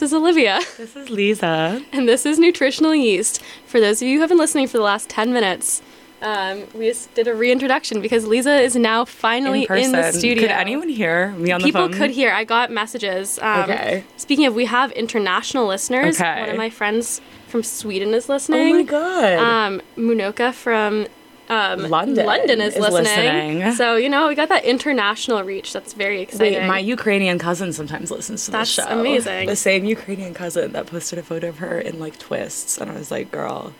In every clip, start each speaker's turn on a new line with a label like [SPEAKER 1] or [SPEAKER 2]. [SPEAKER 1] is Olivia,
[SPEAKER 2] This is Lisa.
[SPEAKER 1] and this is Nutritional Yeast. For those of you who have been listening for the last 10 minutes, um, we just did a reintroduction because Lisa is now finally in, the studio.
[SPEAKER 2] Could anyone hear me on
[SPEAKER 1] People
[SPEAKER 2] the phone?
[SPEAKER 1] could hear. I got messages. Um,
[SPEAKER 2] Okay.
[SPEAKER 1] Speaking of, we have international listeners.
[SPEAKER 2] Okay.
[SPEAKER 1] One of my friends from Sweden is listening.
[SPEAKER 2] Oh my god.
[SPEAKER 1] Um, Munoka from um,
[SPEAKER 2] London
[SPEAKER 1] London is,
[SPEAKER 2] is
[SPEAKER 1] listening.
[SPEAKER 2] listening.
[SPEAKER 1] So you know we got that international reach. That's very exciting.
[SPEAKER 2] Wait, my Ukrainian cousin sometimes listens to
[SPEAKER 1] That's
[SPEAKER 2] this show.
[SPEAKER 1] amazing.
[SPEAKER 2] The same Ukrainian cousin that posted a photo of her in like twists, and I was like, girl.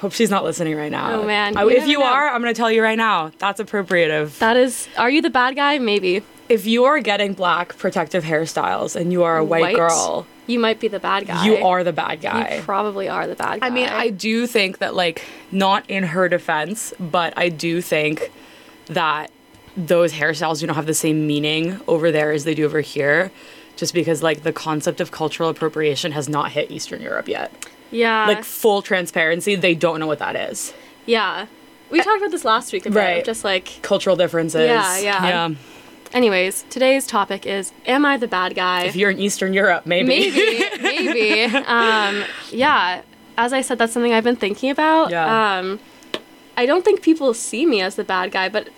[SPEAKER 2] Hope she's not listening right now.
[SPEAKER 1] Oh, man.
[SPEAKER 2] I-
[SPEAKER 1] You
[SPEAKER 2] if
[SPEAKER 1] never
[SPEAKER 2] you
[SPEAKER 1] know.
[SPEAKER 2] are, I'm gonna tell you right now. That's appropriative.
[SPEAKER 1] that is. Are you the bad guy? Maybe.
[SPEAKER 2] if you are getting black protective hairstyles and you are a white, girl,
[SPEAKER 1] You might be the bad guy.
[SPEAKER 2] you are the bad guy.
[SPEAKER 1] You probably are the bad guy.
[SPEAKER 2] I mean, I do think that, like, not in her defense, but I do think that those hairstyles do not have the same meaning over there as they do over here, just because, like, the concept of cultural appropriation has not hit Eastern Europe yet.
[SPEAKER 1] yeah,
[SPEAKER 2] Like, full transparency, they don't know what that is.
[SPEAKER 1] yeah. We talked about this last week about
[SPEAKER 2] Right.
[SPEAKER 1] just like.
[SPEAKER 2] Cultural differences.
[SPEAKER 1] Yeah, yeah. Anyways, today's topic is: Am I the bad guy?
[SPEAKER 2] If you're in Eastern Europe, maybe.
[SPEAKER 1] maybe maybe um, yeah as i said that's something i've been thinking about
[SPEAKER 2] Yeah.
[SPEAKER 1] um, i don't think people see me as the bad guy but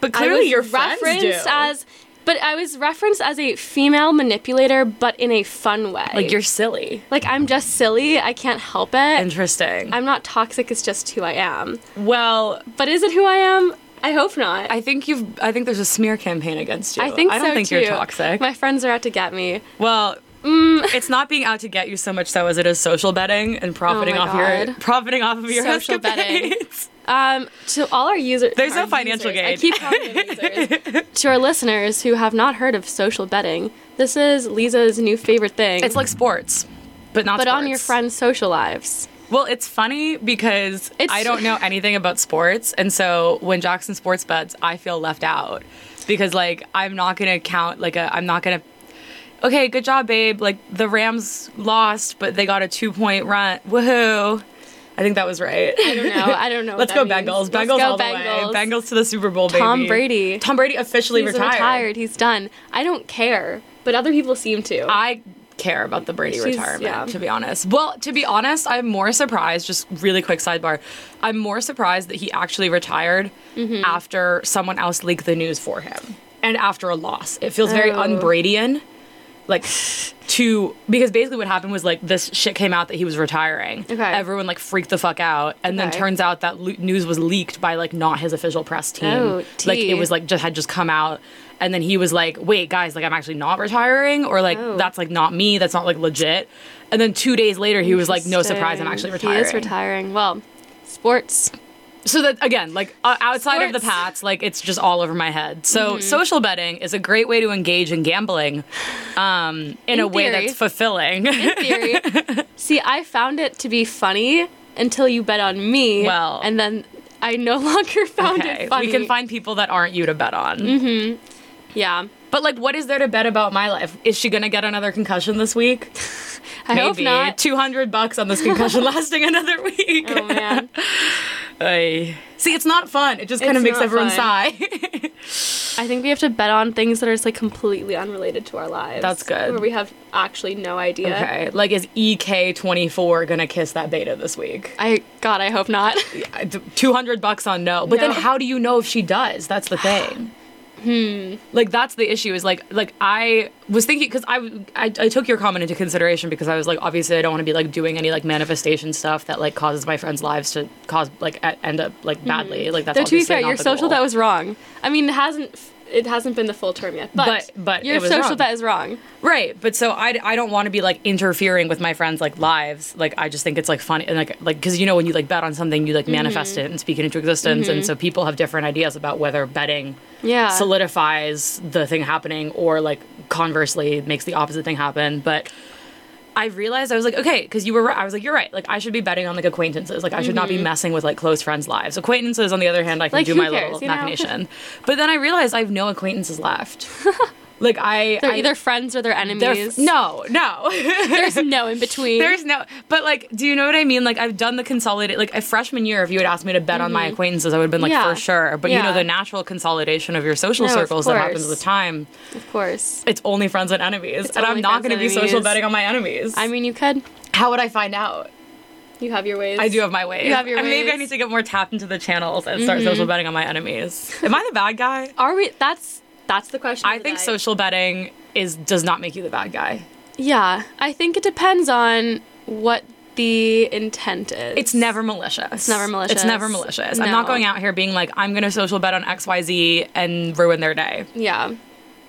[SPEAKER 2] But
[SPEAKER 1] i
[SPEAKER 2] clearly,
[SPEAKER 1] was
[SPEAKER 2] your friends
[SPEAKER 1] referenced
[SPEAKER 2] do.
[SPEAKER 1] as but i was referenced as a female manipulator but in a fun way
[SPEAKER 2] like, you're silly.
[SPEAKER 1] like i'm just silly i can't help it
[SPEAKER 2] Interesting.
[SPEAKER 1] i'm not toxic it's just who i am
[SPEAKER 2] well,
[SPEAKER 1] but is it who i am i hope not
[SPEAKER 2] I think you've. I think there's a smear campaign against you.
[SPEAKER 1] I think
[SPEAKER 2] I don't
[SPEAKER 1] so
[SPEAKER 2] think
[SPEAKER 1] too.
[SPEAKER 2] you're toxic.
[SPEAKER 1] My friends are out to get me.
[SPEAKER 2] Well, it's not being out to get you so much so as it is social betting and profiting
[SPEAKER 1] my
[SPEAKER 2] off your
[SPEAKER 1] God.
[SPEAKER 2] profiting off of your
[SPEAKER 1] Social betting.
[SPEAKER 2] escapades.
[SPEAKER 1] Um, to all our users,
[SPEAKER 2] There's no
[SPEAKER 1] our
[SPEAKER 2] financial
[SPEAKER 1] users- I
[SPEAKER 2] gain.
[SPEAKER 1] keep calling them users. to our listeners who have not heard of social betting, this is Lisa's new favorite thing.
[SPEAKER 2] It's like sports, but not.
[SPEAKER 1] but on your
[SPEAKER 2] sports.
[SPEAKER 1] friends' social lives.
[SPEAKER 2] Well, it's funny because
[SPEAKER 1] It's-
[SPEAKER 2] I don't know anything about sports, and so when Jackson sports bets, I feel left out because like I'm not gonna count like a I'm not gonna. Okay, good job, babe. Like the Rams lost, but they got a two point run. Woohoo! I think that was right.
[SPEAKER 1] I don't know. I don't know.
[SPEAKER 2] Let's go
[SPEAKER 1] what that
[SPEAKER 2] Bengals.
[SPEAKER 1] means. Let's
[SPEAKER 2] Bengals
[SPEAKER 1] go
[SPEAKER 2] all
[SPEAKER 1] Bengals.
[SPEAKER 2] the way. Bengals to the Super Bowl, baby.
[SPEAKER 1] Tom Brady.
[SPEAKER 2] Tom Brady officially
[SPEAKER 1] He's
[SPEAKER 2] retired.
[SPEAKER 1] He's done. I don't care, but other people seem to.
[SPEAKER 2] I care about the Brady
[SPEAKER 1] She's-
[SPEAKER 2] retirement,
[SPEAKER 1] yeah.
[SPEAKER 2] to be honest. Well, to be honest, I'm more surprised, just really quick sidebar. I'm more surprised that he actually retired
[SPEAKER 1] Mm-hmm.
[SPEAKER 2] after someone else leaked the news for him and after a loss. It feels very
[SPEAKER 1] Oh.
[SPEAKER 2] un-Bradian. Like to because basically what happened was like this shit came out that he was retiring.
[SPEAKER 1] Okay.
[SPEAKER 2] Everyone like freaked the fuck out, and then
[SPEAKER 1] Okay.
[SPEAKER 2] turns out that lo- news was leaked by like not his official press team.
[SPEAKER 1] Oh,
[SPEAKER 2] like
[SPEAKER 1] tea.
[SPEAKER 2] it was like just had just come out and then he was like wait guys like i'm actually not retiring or like
[SPEAKER 1] Oh.
[SPEAKER 2] that's like not me that's not like legit and then two days later he was like no surprise i'm actually
[SPEAKER 1] Interesting.
[SPEAKER 2] retiring
[SPEAKER 1] He is retiring. Well, sports.
[SPEAKER 2] so that again like uh, outside of the
[SPEAKER 1] Sports. Mm-hmm.
[SPEAKER 2] pats like it's just all over my head so social betting is a great way to engage in gambling um, in, a way
[SPEAKER 1] theory.
[SPEAKER 2] that's fulfilling
[SPEAKER 1] theory. See, I found it to be funny until you bet on me.
[SPEAKER 2] Well.
[SPEAKER 1] and then I no longer found
[SPEAKER 2] Okay,
[SPEAKER 1] it funny. Mm-hmm.
[SPEAKER 2] we can find people that aren't you to bet on
[SPEAKER 1] Yeah,
[SPEAKER 2] but like what is there to bet about my life is she gonna get another concussion this week
[SPEAKER 1] I hope
[SPEAKER 2] maybe
[SPEAKER 1] not.
[SPEAKER 2] 200 bucks on this concussion lasting another week
[SPEAKER 1] Oh man,
[SPEAKER 2] Ay. See, it's not fun. It just kind of
[SPEAKER 1] It's
[SPEAKER 2] makes
[SPEAKER 1] not
[SPEAKER 2] everyone
[SPEAKER 1] fun.
[SPEAKER 2] sigh.
[SPEAKER 1] I think we have to bet on things that are just like completely unrelated to our lives.
[SPEAKER 2] That's good.
[SPEAKER 1] Where we have actually no idea.
[SPEAKER 2] okay, like is E EK24 gonna kiss that beta this week?
[SPEAKER 1] I God, I hope not.
[SPEAKER 2] I- d- 200 bucks on no. But
[SPEAKER 1] No.
[SPEAKER 2] then how do you know if she does? That's the thing. hmm. Like that's the issue is like like I was thinking cuz I, w- I I took your comment into consideration because I was like obviously I don't want to be like doing any like manifestation stuff that like causes my friends lives to cause like e- end up like badly. Like that's
[SPEAKER 1] Mm-hmm. Though to be
[SPEAKER 2] obviously
[SPEAKER 1] fair,
[SPEAKER 2] not
[SPEAKER 1] your
[SPEAKER 2] the
[SPEAKER 1] social
[SPEAKER 2] goal.
[SPEAKER 1] bet was wrong. I mean, it hasn't it hasn't been the full term yet, but
[SPEAKER 2] But- but
[SPEAKER 1] your
[SPEAKER 2] it was
[SPEAKER 1] social
[SPEAKER 2] wrong.
[SPEAKER 1] bet is wrong.
[SPEAKER 2] Right, but so I, I don't want to be like interfering with my friends like lives. Like I just think it's like funny and like like because you know when you like bet on something
[SPEAKER 1] Mm-hmm.
[SPEAKER 2] you like manifest it and speak it into existence, and so people have different ideas about whether betting
[SPEAKER 1] Yeah.
[SPEAKER 2] solidifies the thing happening or like conversely makes the opposite thing happen. But I realized I was like okay because you were right. I was like you're right. Like I should be betting on like acquaintances. Like I should not be messing with like close friends' lives. Acquaintances on the other hand, I can
[SPEAKER 1] Mm-hmm. Like,
[SPEAKER 2] do
[SPEAKER 1] who
[SPEAKER 2] my
[SPEAKER 1] cares,
[SPEAKER 2] little
[SPEAKER 1] you know?
[SPEAKER 2] machination. But then I realized I have no acquaintances left. Like I,
[SPEAKER 1] They're
[SPEAKER 2] I-
[SPEAKER 1] either friends or they're
[SPEAKER 2] they're-
[SPEAKER 1] enemies.
[SPEAKER 2] no, no.
[SPEAKER 1] there's no in between.
[SPEAKER 2] There's no, but like, do you know what I mean? Like, I've done the consolidated, like, a freshman year, if you had asked me to bet on my acquaintances, I would have been like,
[SPEAKER 1] Mm-hmm. Yeah.
[SPEAKER 2] for sure. But you
[SPEAKER 1] Yeah.
[SPEAKER 2] know, the natural consolidation of your social
[SPEAKER 1] No, of
[SPEAKER 2] circles that happens
[SPEAKER 1] course.
[SPEAKER 2] with time,
[SPEAKER 1] of course.
[SPEAKER 2] it's only friends and enemies.
[SPEAKER 1] It's
[SPEAKER 2] and I'm
[SPEAKER 1] only friends
[SPEAKER 2] not going to
[SPEAKER 1] and
[SPEAKER 2] be social
[SPEAKER 1] enemies.
[SPEAKER 2] betting on my enemies.
[SPEAKER 1] I mean, you could.
[SPEAKER 2] how would I find out?
[SPEAKER 1] You have your ways.
[SPEAKER 2] I do have my ways.
[SPEAKER 1] You have your
[SPEAKER 2] and Maybe I
[SPEAKER 1] ways. Mm-hmm.
[SPEAKER 2] need to get more tapped into the channels and start social betting on my enemies. Am I the bad guy?
[SPEAKER 1] Are we? That's that's the question.
[SPEAKER 2] I
[SPEAKER 1] of the
[SPEAKER 2] think
[SPEAKER 1] day.
[SPEAKER 2] social betting is does not make you the bad guy.
[SPEAKER 1] Yeah, I think it depends on what the intent is.
[SPEAKER 2] It's never malicious. It's
[SPEAKER 1] never
[SPEAKER 2] It's never
[SPEAKER 1] malicious.
[SPEAKER 2] malicious. I'm not
[SPEAKER 1] No.
[SPEAKER 2] going out here being like, I'm going to social bet on XYZ and ruin their day.
[SPEAKER 1] Yeah.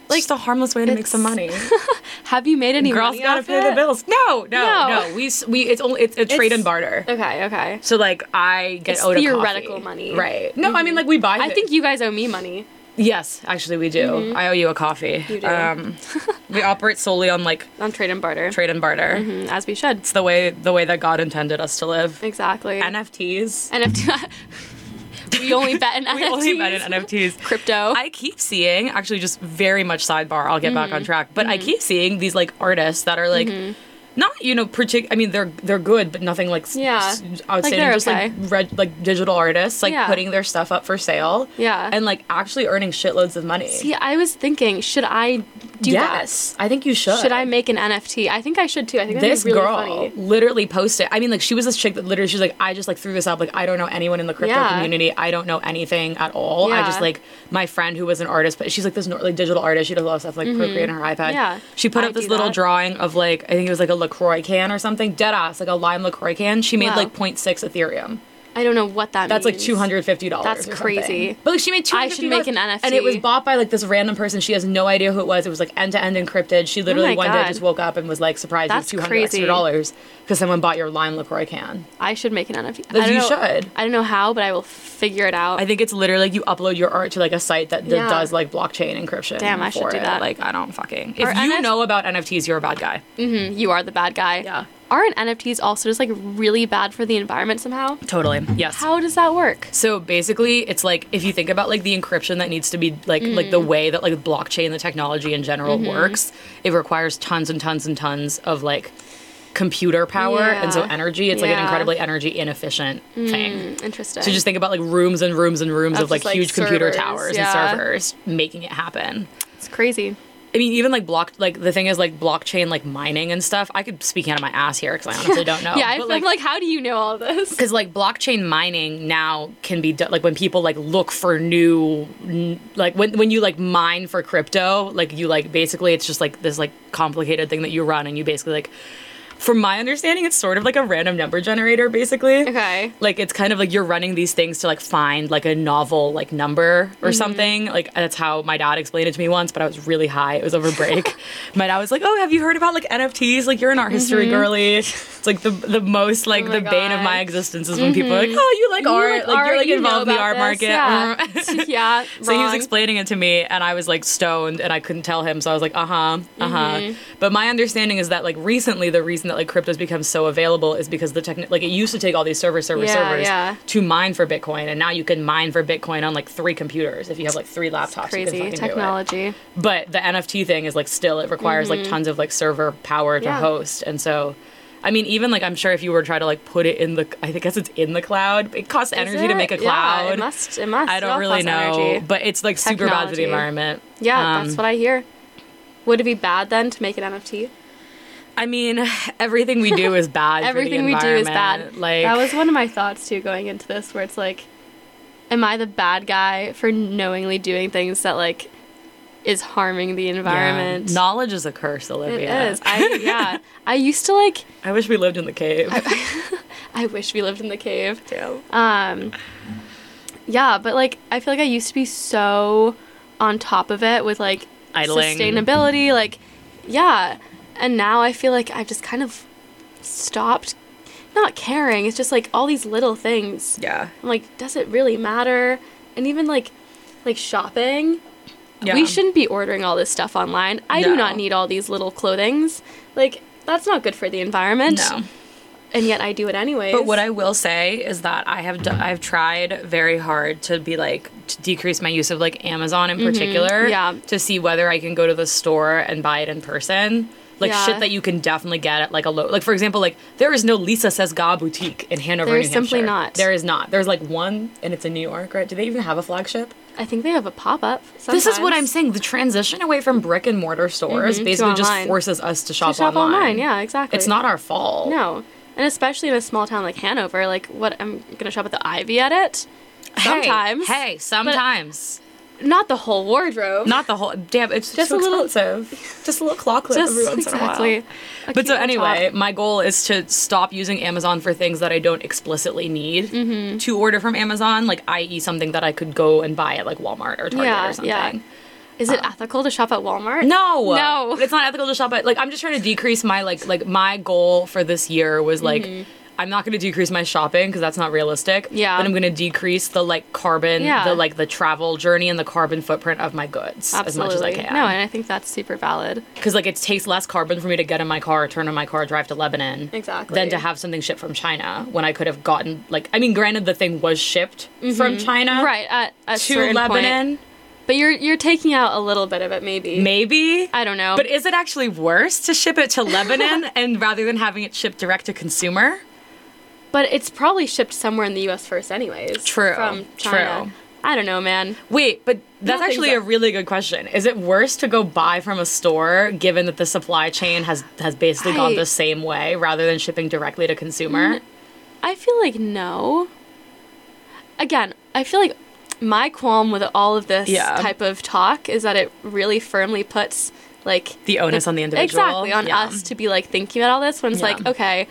[SPEAKER 2] Like, just a harmless way to make some
[SPEAKER 1] it's-
[SPEAKER 2] money.
[SPEAKER 1] Have you made any
[SPEAKER 2] Girls
[SPEAKER 1] money
[SPEAKER 2] got to
[SPEAKER 1] off
[SPEAKER 2] pay
[SPEAKER 1] it?
[SPEAKER 2] the bills. No, no,
[SPEAKER 1] No.
[SPEAKER 2] no. We, s- we, it's only, it's a trade
[SPEAKER 1] It's-
[SPEAKER 2] and barter.
[SPEAKER 1] Okay. Okay.
[SPEAKER 2] So, like, I get
[SPEAKER 1] It's
[SPEAKER 2] owed a coffee.
[SPEAKER 1] theoretical money.
[SPEAKER 2] Right. No, I mean, like, we buy
[SPEAKER 1] I
[SPEAKER 2] thi-
[SPEAKER 1] think you guys owe me money.
[SPEAKER 2] Yes, actually, we do. I owe you a coffee.
[SPEAKER 1] You do.
[SPEAKER 2] Um, we operate solely on, like,
[SPEAKER 1] on trade and barter,
[SPEAKER 2] trade and barter.
[SPEAKER 1] Mm, as we should.
[SPEAKER 2] It's the way, the way that God intended us to live.
[SPEAKER 1] Exactly.
[SPEAKER 2] NFTs.
[SPEAKER 1] NFT. we only bet in NFTs.
[SPEAKER 2] We only bet in NFTs.
[SPEAKER 1] Crypto.
[SPEAKER 2] I keep seeing, actually, just very much sidebar. I'll get back
[SPEAKER 1] Mm-hmm.
[SPEAKER 2] on track, but I keep seeing these like artists that are like, not you know, partic- I mean, they're they're good, but nothing like s-
[SPEAKER 1] Yeah.
[SPEAKER 2] s-
[SPEAKER 1] Like,
[SPEAKER 2] outstanding.
[SPEAKER 1] they're
[SPEAKER 2] just
[SPEAKER 1] okay.
[SPEAKER 2] like reg- like digital artists, like
[SPEAKER 1] Yeah.
[SPEAKER 2] putting their stuff up for sale,
[SPEAKER 1] yeah.
[SPEAKER 2] and like actually earning shitloads of money.
[SPEAKER 1] See, I was thinking, should I do
[SPEAKER 2] yes, I think you should.
[SPEAKER 1] that? Should I make an NFT? I think I should too. I think that'd
[SPEAKER 2] This
[SPEAKER 1] be really
[SPEAKER 2] girl
[SPEAKER 1] funny.
[SPEAKER 2] literally posted. I mean, like she was this chick that literally she's like, I just like threw this up. Like I don't know anyone in the crypto
[SPEAKER 1] Yeah.
[SPEAKER 2] community. I don't know anything at all. I
[SPEAKER 1] Yeah.
[SPEAKER 2] just like my friend who was an artist, but she's like this nor- like digital artist. She does a lot of stuff like Procreate on her iPad.
[SPEAKER 1] Mm-hmm. Yeah.
[SPEAKER 2] She put
[SPEAKER 1] I
[SPEAKER 2] up this
[SPEAKER 1] do
[SPEAKER 2] little
[SPEAKER 1] that.
[SPEAKER 2] drawing of like I think it was like a Lacroix can or something. Dead ass like a lime Lacroix can. She made
[SPEAKER 1] Wow.
[SPEAKER 2] like 0.6 Ethereum.
[SPEAKER 1] I don't know what that
[SPEAKER 2] That's like
[SPEAKER 1] means.
[SPEAKER 2] two hundred fifty dollars.
[SPEAKER 1] That's crazy.
[SPEAKER 2] But like she made two
[SPEAKER 1] I
[SPEAKER 2] hundred
[SPEAKER 1] should
[SPEAKER 2] fifty.
[SPEAKER 1] make an
[SPEAKER 2] and it was
[SPEAKER 1] NFT.
[SPEAKER 2] bought by like this random person. She has no idea who it was. It was like end to end encrypted. She literally
[SPEAKER 1] Oh my
[SPEAKER 2] one
[SPEAKER 1] God.
[SPEAKER 2] day just woke up and was like surprised
[SPEAKER 1] That's
[SPEAKER 2] with two hundred
[SPEAKER 1] crazy.
[SPEAKER 2] extra dollars because someone bought your lime Lacroix can.
[SPEAKER 1] I should make an NFT.
[SPEAKER 2] Like,
[SPEAKER 1] I don't
[SPEAKER 2] you
[SPEAKER 1] know,
[SPEAKER 2] should.
[SPEAKER 1] I don't know how, but I will figure it out.
[SPEAKER 2] I think it's literally like you upload your art to like a site that, that
[SPEAKER 1] Yeah.
[SPEAKER 2] does like blockchain encryption.
[SPEAKER 1] Damn, I should
[SPEAKER 2] for
[SPEAKER 1] do
[SPEAKER 2] it.
[SPEAKER 1] that.
[SPEAKER 2] Like I don't fucking.
[SPEAKER 1] Are
[SPEAKER 2] If you
[SPEAKER 1] NF
[SPEAKER 2] know about NFTs, you're a bad guy.
[SPEAKER 1] Mm, you are the bad guy.
[SPEAKER 2] Yeah.
[SPEAKER 1] Aren't NFTs also just like really bad for the environment somehow?
[SPEAKER 2] Totally. Yes.
[SPEAKER 1] How does that work?
[SPEAKER 2] So basically, it's like if you think about like the encryption that needs to be like like
[SPEAKER 1] Mm.
[SPEAKER 2] the way that like blockchain, the technology in general
[SPEAKER 1] Mm-hmm.
[SPEAKER 2] works, it requires tons and tons and tons of like computer power and so
[SPEAKER 1] Yeah.
[SPEAKER 2] energy. It's like an
[SPEAKER 1] Yeah.
[SPEAKER 2] incredibly energy inefficient thing.
[SPEAKER 1] Mm, Interesting.
[SPEAKER 2] So just think about like rooms and rooms and rooms
[SPEAKER 1] Of
[SPEAKER 2] of, like,
[SPEAKER 1] just, like,
[SPEAKER 2] huge computer
[SPEAKER 1] servers,
[SPEAKER 2] towers
[SPEAKER 1] yeah.
[SPEAKER 2] and servers making it happen.
[SPEAKER 1] it's crazy.
[SPEAKER 2] I mean, even like block like the thing is like blockchain like mining and stuff. I could speak out of my ass here because I honestly don't know.
[SPEAKER 1] yeah, I-
[SPEAKER 2] Oh, But,
[SPEAKER 1] I'm like, how do you know all this?
[SPEAKER 2] because like blockchain mining now can be do- like when people like look for new n- like when when you like mine for crypto like you like basically it's just like this like complicated thing that you run and you basically like from my understanding it's sort of like a random number generator basically
[SPEAKER 1] Okay.
[SPEAKER 2] like it's kind of like you're running these things to like find like a novel like number
[SPEAKER 1] Mm-hmm.
[SPEAKER 2] or something like that's how my dad explained it to me once but i was really high it was over break my dad was like oh have you heard about like nfts like you're an art history girly it's like the the most like
[SPEAKER 1] Mm-hmm. Oh my
[SPEAKER 2] the bane of
[SPEAKER 1] God.
[SPEAKER 2] my existence is when people are like oh you like art like, you're like
[SPEAKER 1] you know
[SPEAKER 2] involved in the
[SPEAKER 1] about
[SPEAKER 2] art
[SPEAKER 1] this.
[SPEAKER 2] market Mm-hmm.
[SPEAKER 1] Yeah.
[SPEAKER 2] Uh-huh.
[SPEAKER 1] yeah
[SPEAKER 2] So he was
[SPEAKER 1] wrong.
[SPEAKER 2] explaining it to me, and I was like stoned, and I couldn't tell him. So I was like, uh huh, uh huh.
[SPEAKER 1] Mm-hmm.
[SPEAKER 2] But my understanding is that like recently, the reason that like crypto's become so available is because the technique, like it used to take all these server, server,
[SPEAKER 1] Yeah,
[SPEAKER 2] servers
[SPEAKER 1] yeah.
[SPEAKER 2] to mine for Bitcoin, and now you can mine for Bitcoin on like three computers if you have like three laptops.
[SPEAKER 1] crazy
[SPEAKER 2] you can fucking do it.
[SPEAKER 1] technology.
[SPEAKER 2] But the NFT thing is like still it requires like tons of like server power to
[SPEAKER 1] Mm-hmm. Yeah.
[SPEAKER 2] host, and so. I mean, even like I'm sure if you were to try to like put it in the, I guess it's in the cloud. It costs
[SPEAKER 1] Is
[SPEAKER 2] energy to
[SPEAKER 1] it?
[SPEAKER 2] make a
[SPEAKER 1] Yeah,
[SPEAKER 2] cloud.
[SPEAKER 1] it must. It must.
[SPEAKER 2] I
[SPEAKER 1] It
[SPEAKER 2] don't
[SPEAKER 1] all
[SPEAKER 2] really
[SPEAKER 1] costs
[SPEAKER 2] know,
[SPEAKER 1] energy.
[SPEAKER 2] but it's like super bad for
[SPEAKER 1] Technology.
[SPEAKER 2] the environment.
[SPEAKER 1] Yeah,
[SPEAKER 2] Um,
[SPEAKER 1] that's what I hear. Would it be bad then to make an NFT?
[SPEAKER 2] I mean, everything we do is bad.
[SPEAKER 1] Everything
[SPEAKER 2] for the
[SPEAKER 1] we do is
[SPEAKER 2] environment.
[SPEAKER 1] bad.
[SPEAKER 2] Like
[SPEAKER 1] that was one of my thoughts too going into this, where it's like, am I the bad guy for knowingly doing things that like is harming the
[SPEAKER 2] yeah.
[SPEAKER 1] environment?
[SPEAKER 2] Knowledge is a curse,
[SPEAKER 1] It
[SPEAKER 2] Olivia.
[SPEAKER 1] is. I yeah. I used to like.
[SPEAKER 2] I wish we lived in the cave.
[SPEAKER 1] I wish we lived in the cave.
[SPEAKER 2] Damn.
[SPEAKER 1] Um, yeah, but like I feel like I used to be so on top of it with like
[SPEAKER 2] Idling.
[SPEAKER 1] sustainability, like yeah, and now I feel like I've just kind of stopped not caring. It's just like all these little things.
[SPEAKER 2] Yeah.
[SPEAKER 1] I'm like, does it really matter? And even like like shopping,
[SPEAKER 2] Yeah.
[SPEAKER 1] we shouldn't be ordering all this stuff online. I do
[SPEAKER 2] No.
[SPEAKER 1] not need all these little clothings. Like that's not good for the environment
[SPEAKER 2] No.
[SPEAKER 1] and yet I do it anyway.
[SPEAKER 2] But what I will say is that I have d- I've tried very hard to be like to decrease my use of like Amazon in
[SPEAKER 1] Mm-hmm.
[SPEAKER 2] particular.
[SPEAKER 1] yeah.
[SPEAKER 2] To see whether I can go to the store and buy it in person. Like
[SPEAKER 1] Yeah.
[SPEAKER 2] shit that you can definitely get at like a low like for example like there is no Lisa Says Ga boutique in Hanover,
[SPEAKER 1] There
[SPEAKER 2] New
[SPEAKER 1] is simply
[SPEAKER 2] Hampshire.
[SPEAKER 1] not.
[SPEAKER 2] There is not. There's like one and it's in New York, right? Do they even have a flagship?
[SPEAKER 1] I think they have a pop up.
[SPEAKER 2] This is what I'm saying. The transition away from brick and mortar stores
[SPEAKER 1] Mhm, to
[SPEAKER 2] basically just
[SPEAKER 1] online.
[SPEAKER 2] forces us to shop,
[SPEAKER 1] Shop online. Yeah, exactly.
[SPEAKER 2] It's not our fault.
[SPEAKER 1] No. And especially in a small town like Hanover, like what I'm gonna shop at the Ivy Edit.
[SPEAKER 2] Hey,
[SPEAKER 1] Sometimes.
[SPEAKER 2] Hey, sometimes.
[SPEAKER 1] Not the whole wardrobe.
[SPEAKER 2] Not the whole. Damn,
[SPEAKER 1] Just
[SPEAKER 2] it's just
[SPEAKER 1] a
[SPEAKER 2] too
[SPEAKER 1] little-
[SPEAKER 2] expensive. Just a little clock clip every once in a
[SPEAKER 1] exactly.
[SPEAKER 2] while.
[SPEAKER 1] A
[SPEAKER 2] But
[SPEAKER 1] cute
[SPEAKER 2] so
[SPEAKER 1] little
[SPEAKER 2] anyway,
[SPEAKER 1] top.
[SPEAKER 2] my goal is to stop using Amazon for things that I don't explicitly need
[SPEAKER 1] Mm-hmm.
[SPEAKER 2] to order from Amazon, like i.e. something that I could go and buy at like Walmart or Target
[SPEAKER 1] Yeah,
[SPEAKER 2] or something.
[SPEAKER 1] yeah. is it ethical to shop at Walmart?
[SPEAKER 2] uh, No,
[SPEAKER 1] No.
[SPEAKER 2] it's not ethical to shop at. Like, I'm just trying to decrease my like like my goal for this year was like. I'm not going to decrease my shopping because that's not realistic.
[SPEAKER 1] Mm-hmm. Yeah.
[SPEAKER 2] But I'm going to decrease the like carbon,
[SPEAKER 1] Yeah.
[SPEAKER 2] the like the travel journey and the carbon footprint of my goods
[SPEAKER 1] Absolutely.
[SPEAKER 2] as much as I can.
[SPEAKER 1] No, and I think that's super valid.
[SPEAKER 2] because like it takes less carbon for me to get in my car, turn in my car, drive to Lebanon,
[SPEAKER 1] Exactly.
[SPEAKER 2] than to have something shipped from China when I could have gotten like I mean, granted the thing was shipped from China
[SPEAKER 1] Mm-hmm. Right at a
[SPEAKER 2] to
[SPEAKER 1] certain point.
[SPEAKER 2] Lebanon,
[SPEAKER 1] but you're you're taking out a little bit of it, maybe.
[SPEAKER 2] maybe.
[SPEAKER 1] I don't know.
[SPEAKER 2] But is it actually worse to ship it to Lebanon and rather than having it shipped direct to consumer?
[SPEAKER 1] But it's probably shipped somewhere in the U.S. first, anyways.
[SPEAKER 2] True,
[SPEAKER 1] From China.
[SPEAKER 2] true.
[SPEAKER 1] I don't know, man.
[SPEAKER 2] Wait, but that's
[SPEAKER 1] Nothing's
[SPEAKER 2] actually a
[SPEAKER 1] up.
[SPEAKER 2] really good question. Is it worse to go buy from a store given that the supply chain has has basically gone
[SPEAKER 1] Right.
[SPEAKER 2] the same way rather than shipping directly to consumer?
[SPEAKER 1] I feel like no. Again, I feel like my qualm with all of this
[SPEAKER 2] Yeah.
[SPEAKER 1] type of talk is that it really firmly puts like
[SPEAKER 2] The onus on the individual.
[SPEAKER 1] exactly on
[SPEAKER 2] Yeah.
[SPEAKER 1] us to be like thinking about all this when it's
[SPEAKER 2] Yeah.
[SPEAKER 1] like okay,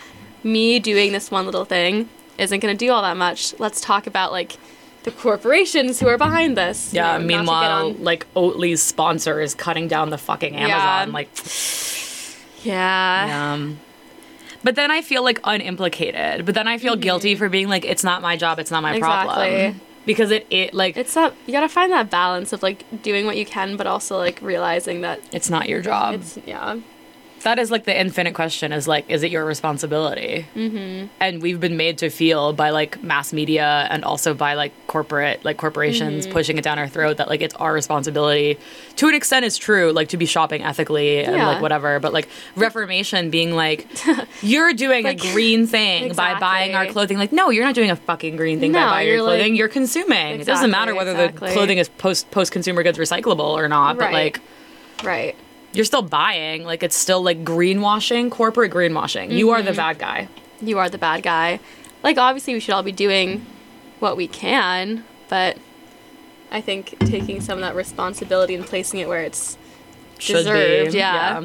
[SPEAKER 1] me doing this one little thing isn't going to do all that much. Let's talk about like the corporations who are behind this. you know,
[SPEAKER 2] Yeah,
[SPEAKER 1] not to get
[SPEAKER 2] meanwhile,
[SPEAKER 1] on-
[SPEAKER 2] like Oatly's sponsor is cutting down the fucking Amazon.
[SPEAKER 1] Yeah.
[SPEAKER 2] Like,
[SPEAKER 1] yeah.
[SPEAKER 2] um, but then I feel like unimplicated. But then I feel guilty for being like, it's not my job, it's not my problem.
[SPEAKER 1] Exactly.
[SPEAKER 2] Because it, it like, it's,
[SPEAKER 1] It's not you gotta find that balance of like doing what you can, but also like realizing that
[SPEAKER 2] not your job.
[SPEAKER 1] it's yeah.
[SPEAKER 2] That is like the infinite question is like, is it your responsibility? Mm-hmm. And we've been made to feel by like mass media and also by like corporate, like
[SPEAKER 1] Mm-hmm.
[SPEAKER 2] corporations pushing it down our throat that like it's our responsibility. To an extent, it's true, like to be shopping ethically and
[SPEAKER 1] Yeah.
[SPEAKER 2] like whatever. But like Reformation being like, you're doing
[SPEAKER 1] Like,
[SPEAKER 2] a green thing by buying our
[SPEAKER 1] exactly.
[SPEAKER 2] clothing. Like, no, you're not doing a fucking green thing by
[SPEAKER 1] No,
[SPEAKER 2] buying your
[SPEAKER 1] you're, like-
[SPEAKER 2] clothing. you're consuming. it doesn't
[SPEAKER 1] Exactly,
[SPEAKER 2] matter whether
[SPEAKER 1] exactly.
[SPEAKER 2] the clothing is post post consumer goods recyclable or not. But
[SPEAKER 1] Right.
[SPEAKER 2] like
[SPEAKER 1] Right.
[SPEAKER 2] you're still buying. Like it's still like greenwashing, corporate greenwashing. You are the
[SPEAKER 1] Mm-hmm.
[SPEAKER 2] bad guy.
[SPEAKER 1] You are the bad guy. Like obviously we should all be doing what we can, but I think taking some of that responsibility and placing it where it's
[SPEAKER 2] Should
[SPEAKER 1] Deserved,
[SPEAKER 2] be.
[SPEAKER 1] yeah.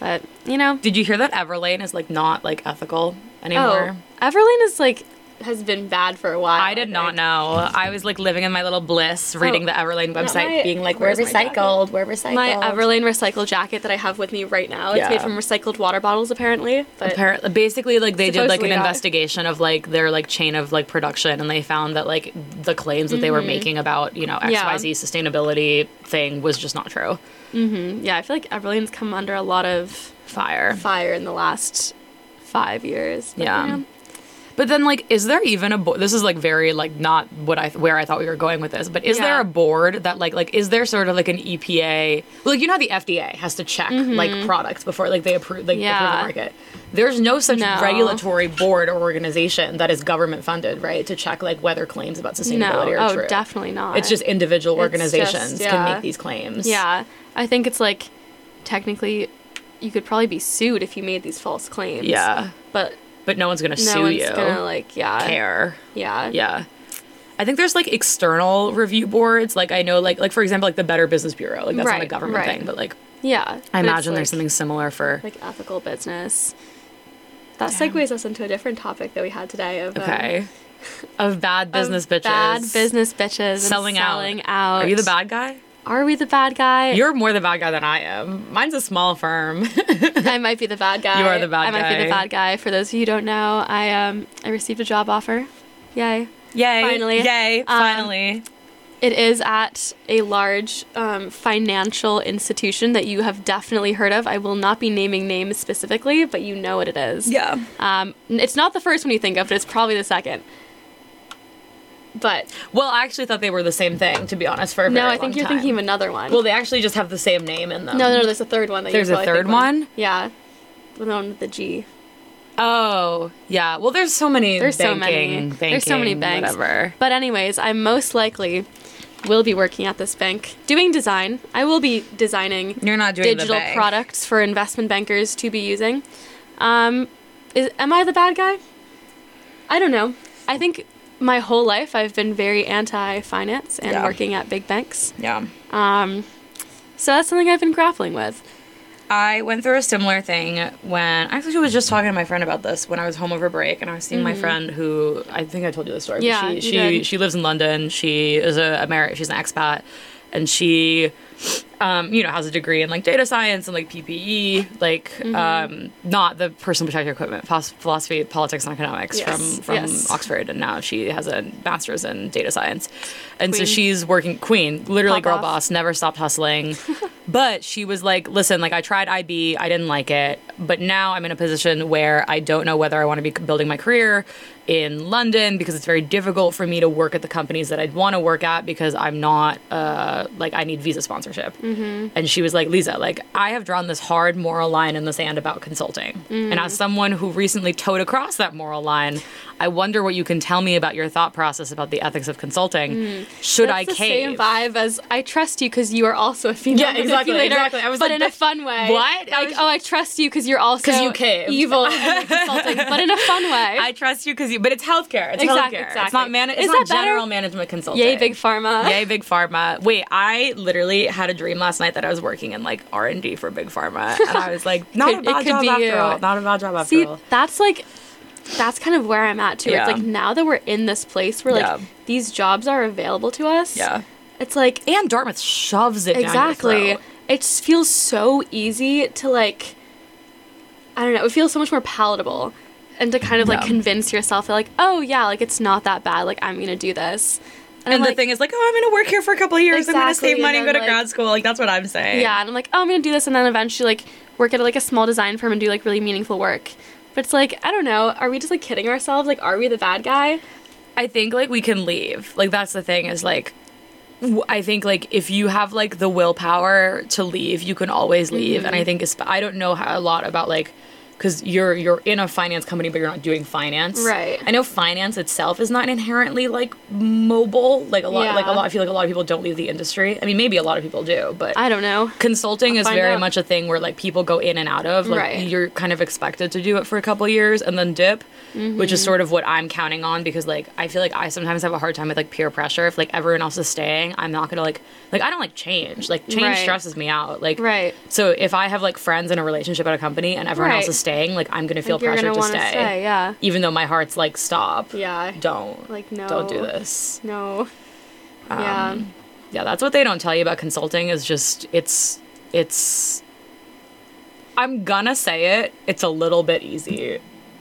[SPEAKER 1] but you know
[SPEAKER 2] Did you hear that Everlane is like not like ethical anymore?
[SPEAKER 1] Oh Everlane is like has been bad for a while.
[SPEAKER 2] I did not
[SPEAKER 1] think.
[SPEAKER 2] know. I was like living in my little bliss, reading
[SPEAKER 1] Oh,
[SPEAKER 2] the Everlane website,
[SPEAKER 1] my-
[SPEAKER 2] being like,
[SPEAKER 1] we're
[SPEAKER 2] "Where's my jacket?"
[SPEAKER 3] We're recycled.
[SPEAKER 1] My Everlane recycle jacket that I have with me right now. It's
[SPEAKER 2] Yeah.
[SPEAKER 1] made from recycled water bottles apparently. But
[SPEAKER 2] Apparently, basically, like they did like an
[SPEAKER 1] Supposedly not.
[SPEAKER 2] investigation of like their like chain of like production, and they found that like the claims that they were making about you know X
[SPEAKER 1] Mm-hmm. Yeah.
[SPEAKER 2] Y Z sustainability thing was just not true.
[SPEAKER 1] yeah, I feel like Everlane's come under a lot of
[SPEAKER 2] Fire.
[SPEAKER 1] fire in the last five years. but,
[SPEAKER 2] Yeah.
[SPEAKER 1] you know.
[SPEAKER 2] But then, like, is there even a board? This is like very like not what I where I thought we were going with this. But is there
[SPEAKER 1] Yeah.
[SPEAKER 2] a board that like like is there sort of like an EPA? Well, like you know how the FDA has to check like products before like they approve like
[SPEAKER 1] Mm-hmm. Yeah.
[SPEAKER 2] approve the market. There's no such
[SPEAKER 1] No.
[SPEAKER 2] regulatory board or organization that is government funded, right? To check like whether claims about
[SPEAKER 1] No,
[SPEAKER 2] sustainability are
[SPEAKER 1] oh,
[SPEAKER 2] true.
[SPEAKER 1] definitely not.
[SPEAKER 2] It's just individual
[SPEAKER 1] It's just-
[SPEAKER 2] organizations can
[SPEAKER 1] yeah.
[SPEAKER 2] make these claims.
[SPEAKER 1] yeah. I think it's like technically, you could probably be sued if you made these false claims.
[SPEAKER 2] Yeah.
[SPEAKER 1] but
[SPEAKER 2] But no one's gonna
[SPEAKER 1] no
[SPEAKER 2] sue
[SPEAKER 1] one's
[SPEAKER 2] you.
[SPEAKER 1] gonna like yeah
[SPEAKER 2] care.
[SPEAKER 1] yeah
[SPEAKER 2] Yeah. I think there's like external review boards. Like I know like like for example like the Better Business Bureau. Like that's not a
[SPEAKER 1] Right,
[SPEAKER 2] government
[SPEAKER 1] right.
[SPEAKER 2] thing, but like
[SPEAKER 1] yeah. But
[SPEAKER 2] I
[SPEAKER 1] it's,
[SPEAKER 2] imagine
[SPEAKER 1] like-
[SPEAKER 2] there's something similar for
[SPEAKER 1] like ethical business. That
[SPEAKER 2] Damn.
[SPEAKER 1] segues us into a different topic that we had today of um,
[SPEAKER 2] okay. Of bad
[SPEAKER 1] of
[SPEAKER 2] business bitches.
[SPEAKER 1] bad business bitches, and
[SPEAKER 2] selling, out.
[SPEAKER 1] selling out.
[SPEAKER 2] Are you the bad guy?
[SPEAKER 1] Are we the bad guy?
[SPEAKER 2] You're more the bad guy than I am. Mine's a small firm.
[SPEAKER 1] I might be the bad guy.
[SPEAKER 2] You are the bad
[SPEAKER 1] I might be the
[SPEAKER 2] guy.
[SPEAKER 1] bad guy. For those of you who don't know, I um I received a job offer. Yay.
[SPEAKER 2] Yay.
[SPEAKER 1] Finally.
[SPEAKER 2] Yay.
[SPEAKER 1] Um,
[SPEAKER 2] Finally.
[SPEAKER 1] It is at a large um, financial institution that you have definitely heard of. I will not be naming names specifically, but you know what it is.
[SPEAKER 2] Yeah.
[SPEAKER 1] Um, n- it's not the first one you think of, but it's probably the second. But
[SPEAKER 2] Well, I actually thought they were the same thing, to be honest. For a
[SPEAKER 1] no,
[SPEAKER 2] very
[SPEAKER 1] I think
[SPEAKER 2] long
[SPEAKER 1] you're
[SPEAKER 2] time.
[SPEAKER 1] thinking of another one.
[SPEAKER 2] Well, they actually just have the same name in them.
[SPEAKER 1] no, no, no, there's a third one. That you
[SPEAKER 2] There's a
[SPEAKER 1] probably think
[SPEAKER 2] third
[SPEAKER 1] of.
[SPEAKER 2] one?
[SPEAKER 1] Yeah, the one with the G.
[SPEAKER 2] Oh, yeah. Well, there's so many.
[SPEAKER 1] There's
[SPEAKER 2] banking,
[SPEAKER 1] so many.
[SPEAKER 2] Banking,
[SPEAKER 1] There's so many banks.
[SPEAKER 2] Whatever.
[SPEAKER 1] But anyways, I most likely will be working at this bank doing design. I will be designing
[SPEAKER 2] You're not doing the
[SPEAKER 1] digital
[SPEAKER 2] bank.
[SPEAKER 1] products for investment bankers to be using. Um, is, am I the bad guy? I don't know. I think my whole life I've been very anti finance and
[SPEAKER 2] Yeah.
[SPEAKER 1] working at big banks.
[SPEAKER 2] Yeah.
[SPEAKER 1] Um, so that's something I've been grappling with.
[SPEAKER 2] I went through a similar thing when I actually was just talking to my friend about this when I was home over break, and I was seeing my friend who I think I told you the story. but
[SPEAKER 1] Mm. Yeah,
[SPEAKER 2] she
[SPEAKER 1] you
[SPEAKER 2] she
[SPEAKER 1] did.
[SPEAKER 2] she lives in London. She is a Ameri- she's an expat, and she, um, you know, has a degree in like data science and like PPE, like
[SPEAKER 1] Mm-hmm.
[SPEAKER 2] um, not the personal protective equipment, phos- philosophy, politics, and economics
[SPEAKER 1] Yes,
[SPEAKER 2] from from
[SPEAKER 1] yes.
[SPEAKER 2] Oxford, and now she has a master's in data science, and so
[SPEAKER 1] Queen.
[SPEAKER 2] she's working queen, literally
[SPEAKER 1] Pop
[SPEAKER 2] girl
[SPEAKER 1] off.
[SPEAKER 2] boss boss, never stopped hustling. but she was like, listen, like I tried IB, I didn't like it, but now I'm in a position where I don't know whether I want to be building my career in London because it's very difficult for me to work at the companies that I'd want to work at because I'm not uh, like I need visa sponsorship.
[SPEAKER 1] Mm-hmm.
[SPEAKER 2] And she was like, Lisa, like I have drawn this hard moral line in the sand about consulting. And
[SPEAKER 1] Mm.
[SPEAKER 2] as someone who recently towed across that moral line, I wonder what you can tell me about your thought process about the ethics of consulting. Should
[SPEAKER 1] Mm. That's
[SPEAKER 2] I
[SPEAKER 1] the
[SPEAKER 2] cave?
[SPEAKER 1] same vibe as I trust you because you are also a female
[SPEAKER 2] Yeah, exactly,
[SPEAKER 1] manipulator,
[SPEAKER 2] exactly. I was
[SPEAKER 1] but
[SPEAKER 2] like,
[SPEAKER 1] in a
[SPEAKER 2] "That's-
[SPEAKER 1] fun way.
[SPEAKER 2] what?" I
[SPEAKER 1] Like,
[SPEAKER 2] was-
[SPEAKER 1] oh, I trust you because you're also
[SPEAKER 2] 'Cause you caved.
[SPEAKER 1] evil and insulting, but in a fun way.
[SPEAKER 2] I trust you because you, but it's healthcare. It's
[SPEAKER 1] Exactly,
[SPEAKER 2] healthcare. It's
[SPEAKER 1] exactly.
[SPEAKER 2] not man. It's
[SPEAKER 1] Is
[SPEAKER 2] not
[SPEAKER 1] that better?
[SPEAKER 2] general management consulting.
[SPEAKER 1] Yay, big pharma.
[SPEAKER 2] Yay, big pharma. Wait, I literally had a dream last night that I was working in like R and D for big pharma, and I was like, not
[SPEAKER 1] Could-
[SPEAKER 2] a
[SPEAKER 1] it
[SPEAKER 2] bad
[SPEAKER 1] could
[SPEAKER 2] job
[SPEAKER 1] be
[SPEAKER 2] after
[SPEAKER 1] you.
[SPEAKER 2] all. Not a bad job after
[SPEAKER 1] See,
[SPEAKER 2] all.
[SPEAKER 1] that's like, that's kind of where I'm at too.
[SPEAKER 2] Yeah.
[SPEAKER 1] It's like now that we're in this place where like
[SPEAKER 2] Yeah.
[SPEAKER 1] these jobs are available to us.
[SPEAKER 2] Yeah.
[SPEAKER 1] It's like
[SPEAKER 2] And Dartmouth shoves it down your
[SPEAKER 1] exactly.
[SPEAKER 2] throat.
[SPEAKER 1] It s- feels so easy to like. I don't know. It feels so much more palatable, and to kind of like
[SPEAKER 2] Yeah.
[SPEAKER 1] convince yourself that like, oh yeah, like it's not that bad. Like I'm gonna do this.
[SPEAKER 2] And
[SPEAKER 1] I'm
[SPEAKER 2] the
[SPEAKER 1] like-
[SPEAKER 2] thing is, like, oh, I'm gonna work here for a couple of years. I'm gonna
[SPEAKER 1] Exactly,
[SPEAKER 2] save
[SPEAKER 1] and
[SPEAKER 2] money and go
[SPEAKER 1] then,
[SPEAKER 2] to
[SPEAKER 1] like-
[SPEAKER 2] grad school. Like, that's what I'm saying.
[SPEAKER 1] Yeah, and I'm like, oh, I'm gonna do this, and then eventually like work at like a small design firm and do like really meaningful work. But it's like, I don't know. Are we just like kidding ourselves? Like, are we the bad guy?
[SPEAKER 2] I think like we can leave. Like that's the thing is like w- I think like if you have like the willpower to leave, you can always leave. And I
[SPEAKER 1] Mm-hmm.
[SPEAKER 2] think it's, I don't know how, a lot about like because you're you're in a finance company, but you're not doing finance.
[SPEAKER 1] Right.
[SPEAKER 2] I know finance itself is not inherently like mobile. Like a lot, like a
[SPEAKER 1] Yeah.
[SPEAKER 2] lot. I feel like a lot of people don't leave the industry. I mean, maybe a lot of people do, but
[SPEAKER 1] I don't know.
[SPEAKER 2] consulting is
[SPEAKER 1] find
[SPEAKER 2] very
[SPEAKER 1] out.
[SPEAKER 2] much a thing where like people go in and out of like
[SPEAKER 1] Right.
[SPEAKER 2] you're kind of expected to do it for a couple of years and then dip which
[SPEAKER 1] Mm-hmm.
[SPEAKER 2] is sort of what i'm counting on because like i feel like i sometimes have a hard time with like peer pressure if like everyone else is staying i'm not gonna like like i don't like change like change
[SPEAKER 1] Right.
[SPEAKER 2] stresses me out like
[SPEAKER 1] Right.
[SPEAKER 2] so if i have like friends in a relationship at a company and everyone else
[SPEAKER 1] Right.
[SPEAKER 2] is staying like i'm gonna feel
[SPEAKER 1] Like, you're
[SPEAKER 2] pressure
[SPEAKER 1] gonna
[SPEAKER 2] to
[SPEAKER 1] want
[SPEAKER 2] stay.
[SPEAKER 1] to stay. Yeah.
[SPEAKER 2] even though my heart's like stop
[SPEAKER 1] Yeah.
[SPEAKER 2] don't
[SPEAKER 1] Like,
[SPEAKER 2] don't do
[SPEAKER 1] no.
[SPEAKER 2] this
[SPEAKER 1] No. yeah.
[SPEAKER 2] Um, yeah that's what they don't tell you about consulting is just it's it's i'm gonna say it it's a little bit easy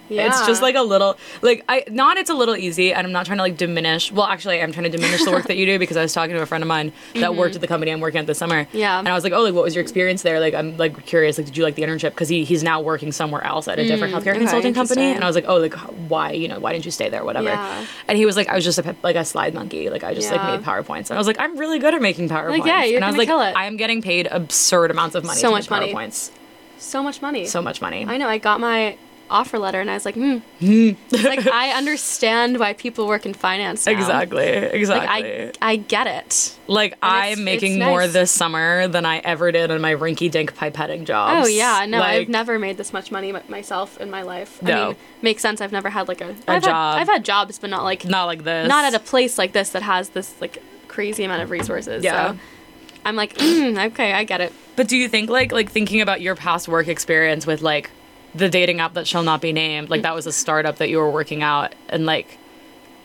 [SPEAKER 1] Yeah.
[SPEAKER 2] it's just like a little like i not it's a little easy and i'm not trying to like diminish well actually i'm trying to diminish the work that you do because i was talking to a friend of mine that worked at the company i'm working at this summer
[SPEAKER 1] Mm-hmm. Yeah.
[SPEAKER 2] and i was like oh like what was your experience there like i'm like curious like did you like the internship because he, he's now working somewhere else at a different healthcare
[SPEAKER 1] Mm, okay,
[SPEAKER 2] consulting company
[SPEAKER 1] interesting.
[SPEAKER 2] and i was like oh like why you know why didn't you stay there whatever
[SPEAKER 1] Yeah.
[SPEAKER 2] and he was like i was just a, pe- like a slide monkey like i just
[SPEAKER 1] Yeah.
[SPEAKER 2] like made powerpoints and i was like i'm really good at making powerpoints
[SPEAKER 1] Like, yeah, you're
[SPEAKER 2] and i was
[SPEAKER 1] gonna
[SPEAKER 2] like
[SPEAKER 1] kill it.
[SPEAKER 2] i'm getting paid absurd amounts of money
[SPEAKER 1] So
[SPEAKER 2] to
[SPEAKER 1] much
[SPEAKER 2] make
[SPEAKER 1] money.
[SPEAKER 2] powerpoints
[SPEAKER 1] so much money.
[SPEAKER 2] so much money
[SPEAKER 1] I know. I got my offer letter and I was like, hmm. like I understand why people work in finance. now.
[SPEAKER 2] exactly exactly
[SPEAKER 1] Like I, I get it.
[SPEAKER 2] Like
[SPEAKER 1] And it's-
[SPEAKER 2] I'm making
[SPEAKER 1] it's
[SPEAKER 2] more
[SPEAKER 1] nice.
[SPEAKER 2] this summer than I ever did in my rinky-dink pipetting jobs.
[SPEAKER 1] Oh yeah, no,
[SPEAKER 2] Like,
[SPEAKER 1] I've never made this much money m- myself in my life.
[SPEAKER 2] No.
[SPEAKER 1] I mean, makes sense. I've never had like a,
[SPEAKER 2] A
[SPEAKER 1] I've
[SPEAKER 2] job.
[SPEAKER 1] Had, I've had jobs, but not like
[SPEAKER 2] not like this.
[SPEAKER 1] not at a place like this that has this like crazy amount of resources.
[SPEAKER 2] Yeah.
[SPEAKER 1] So I'm like, mm, okay, I get it.
[SPEAKER 2] But do you think like like thinking about your past work experience with like the dating app that shall not be named, like that was a startup that you were working out, and like,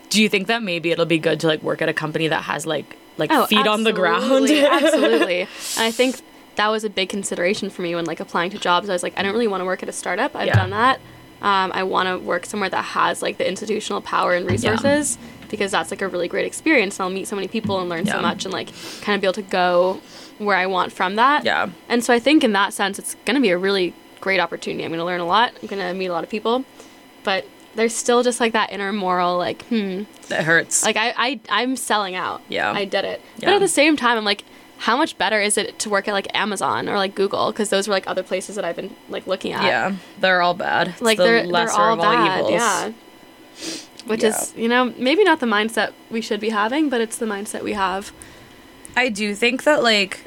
[SPEAKER 2] do you think that maybe it'll be good to like work at a company that has like like
[SPEAKER 1] Oh,
[SPEAKER 2] feet on the ground?
[SPEAKER 1] absolutely, absolutely. And I think that was a big consideration for me when like applying to jobs. I was like, I don't really want to work at a startup. I've
[SPEAKER 2] Yeah.
[SPEAKER 1] done that. Um, I want to work somewhere that has like the institutional power and resources. because that's like a really great experience and I'll meet so many people and learn so
[SPEAKER 2] Yeah.
[SPEAKER 1] much and like kind of be able to go where I want from that.
[SPEAKER 2] Yeah.
[SPEAKER 1] And so I think in that sense it's going to be a really great opportunity. I'm going to learn a lot. I'm going to meet a lot of people. But there's still just like that inner moral like hmm
[SPEAKER 2] That hurts.
[SPEAKER 1] like I, I I'm selling out.
[SPEAKER 2] Yeah.
[SPEAKER 1] I did it. But
[SPEAKER 2] Yeah.
[SPEAKER 1] at the same time, I'm like, how much better is it to work at like Amazon or like Google? Because those were like other places that I've been like looking at.
[SPEAKER 2] yeah, they're all bad. It's
[SPEAKER 1] Like
[SPEAKER 2] the
[SPEAKER 1] they're they're
[SPEAKER 2] lesser
[SPEAKER 1] all
[SPEAKER 2] of all
[SPEAKER 1] bad.
[SPEAKER 2] evils.
[SPEAKER 1] Yeah. Which is you know maybe not the mindset we should be having, but it's the mindset we have.
[SPEAKER 2] I do think that like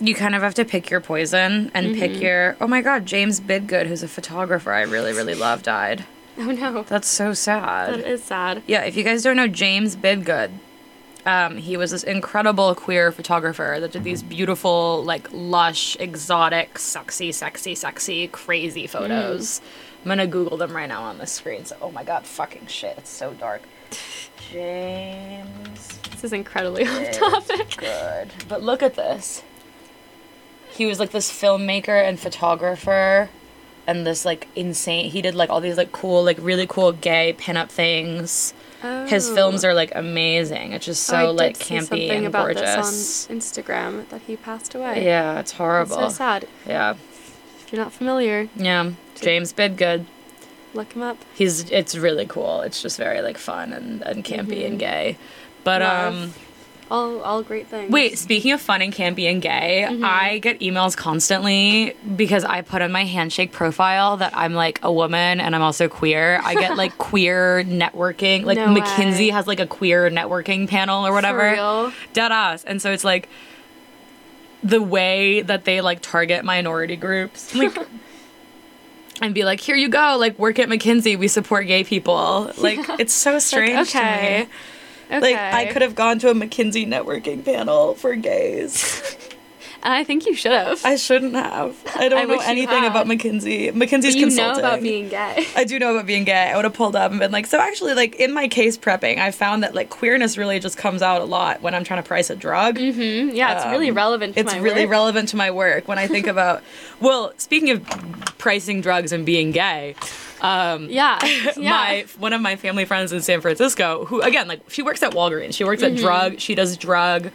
[SPEAKER 2] you kind of have to pick your poison and
[SPEAKER 1] Mm-hmm.
[SPEAKER 2] pick your oh my god, James Bidgood, who's a photographer I really, really love, died.
[SPEAKER 1] Oh no,
[SPEAKER 2] That's so sad.
[SPEAKER 1] that is sad.
[SPEAKER 2] Yeah, if you guys don't know James Bidgood, um, he was this incredible queer photographer that did these beautiful, like lush, exotic, sexy, sexy, sexy, crazy
[SPEAKER 1] Mm.
[SPEAKER 2] photos. I'm gonna Google them right now on the screen. So, oh my god, fucking shit, it's so dark. James
[SPEAKER 1] This is incredibly off topic.
[SPEAKER 2] Good, but look at this. He was like this filmmaker and photographer, and this like insane. He did like all these like cool, like really cool gay pinup things.
[SPEAKER 1] Oh.
[SPEAKER 2] His films are like amazing. It's just so like campy and gorgeous.
[SPEAKER 1] on Instagram that he passed away.
[SPEAKER 2] Yeah, it's
[SPEAKER 1] It's
[SPEAKER 2] horrible.
[SPEAKER 1] so sad.
[SPEAKER 2] Yeah,
[SPEAKER 1] If you're not familiar,
[SPEAKER 2] yeah. James Bidgood.
[SPEAKER 1] look him up.
[SPEAKER 2] He's it's really cool. It's just very like fun and and campy and gay. But
[SPEAKER 1] Mm-hmm. Love.
[SPEAKER 2] um.
[SPEAKER 1] All all great things.
[SPEAKER 2] Wait, speaking of fun and campy and gay,
[SPEAKER 1] Mm-hmm.
[SPEAKER 2] I get emails constantly because I put on my handshake profile that I'm like a woman and I'm also queer. I get like queer networking. Like
[SPEAKER 1] No
[SPEAKER 2] McKinsey
[SPEAKER 1] way.
[SPEAKER 2] has like a queer networking panel or whatever.
[SPEAKER 1] real?
[SPEAKER 2] Dead ass. And so it's like the way that they like target minority groups. Like And be like, here you go, like work at McKinsey, we support gay people. Like it's so strange.
[SPEAKER 1] Like,
[SPEAKER 2] to me.
[SPEAKER 1] okay.
[SPEAKER 2] Like
[SPEAKER 1] Okay.
[SPEAKER 2] I could have gone to a McKinsey networking panel for gays.
[SPEAKER 1] And I think you should have.
[SPEAKER 2] I shouldn't have. I don't
[SPEAKER 1] I
[SPEAKER 2] know
[SPEAKER 1] wish you
[SPEAKER 2] anything
[SPEAKER 1] had.
[SPEAKER 2] about McKinsey. McKinsey's
[SPEAKER 1] you know
[SPEAKER 2] consulting.
[SPEAKER 1] about being gay.
[SPEAKER 2] I do know about being gay. I would have pulled up and been like, so actually, like in my case prepping, I found that like queerness really just comes out a lot when I'm trying to price a drug.
[SPEAKER 1] Mm, yeah, it's really
[SPEAKER 2] Um,
[SPEAKER 1] relevant to
[SPEAKER 2] it's
[SPEAKER 1] my
[SPEAKER 2] really
[SPEAKER 1] work.
[SPEAKER 2] relevant to my work when I think about. Well, speaking of pricing drugs and being gay, um,
[SPEAKER 1] Yeah. yeah.
[SPEAKER 2] my one of my family friends in San Francisco, who again, like she works at Walgreens. She works
[SPEAKER 1] Mm-hmm.
[SPEAKER 2] at drug. She does drug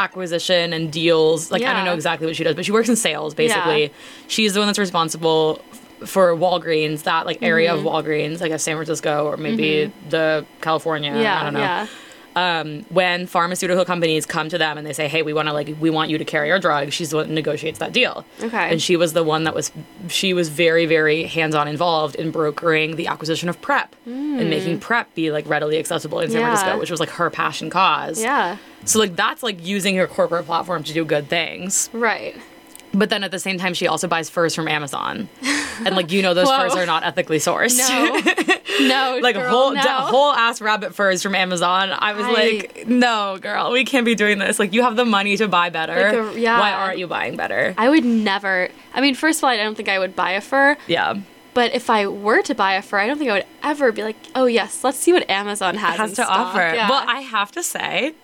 [SPEAKER 2] acquisition and deals. Like I
[SPEAKER 1] Yeah.
[SPEAKER 2] don't know exactly what she does, but she works in sales basically.
[SPEAKER 1] Yeah.
[SPEAKER 2] She's the one that's responsible f- for Walgreens, that like area
[SPEAKER 1] Mm-hmm.
[SPEAKER 2] of Walgreens, like a San Francisco or maybe the California.
[SPEAKER 1] yeah,
[SPEAKER 2] I don't know
[SPEAKER 1] yeah.
[SPEAKER 2] um, when pharmaceutical companies come to them and they say, "Hey, we want to like we want you to carry our drug," she's the one that negotiates that deal.
[SPEAKER 1] Okay.
[SPEAKER 2] And she was the one that was she was very very hands on involved in brokering the acquisition of prep and making prep be like readily accessible in San
[SPEAKER 1] Hmm. Yeah.
[SPEAKER 2] Francisco, which was like her passion cause.
[SPEAKER 1] Yeah.
[SPEAKER 2] So like that's like using her corporate platform to do good things.
[SPEAKER 1] Right.
[SPEAKER 2] But then at the same time, she also buys furs from Amazon, and like you know those
[SPEAKER 1] Whoa.
[SPEAKER 2] furs are not ethically sourced.
[SPEAKER 1] No. no.
[SPEAKER 2] like
[SPEAKER 1] girl,
[SPEAKER 2] whole
[SPEAKER 1] no.
[SPEAKER 2] da- whole ass rabbit furs from Amazon. I was
[SPEAKER 1] I-
[SPEAKER 2] like, no, girl, we can't be doing this. Like, you have the money to buy better.
[SPEAKER 1] Like a- yeah.
[SPEAKER 2] Why aren't you buying better?
[SPEAKER 1] I would never. I mean, first of all, I don't think I would buy a fur.
[SPEAKER 2] yeah,
[SPEAKER 1] But if I were to buy a fur, I don't think I would ever be like, "Oh yes, let's see what Amazon has,
[SPEAKER 2] has
[SPEAKER 1] in
[SPEAKER 2] to
[SPEAKER 1] stock.
[SPEAKER 2] offer.
[SPEAKER 1] Yeah.
[SPEAKER 2] Well, I have to say,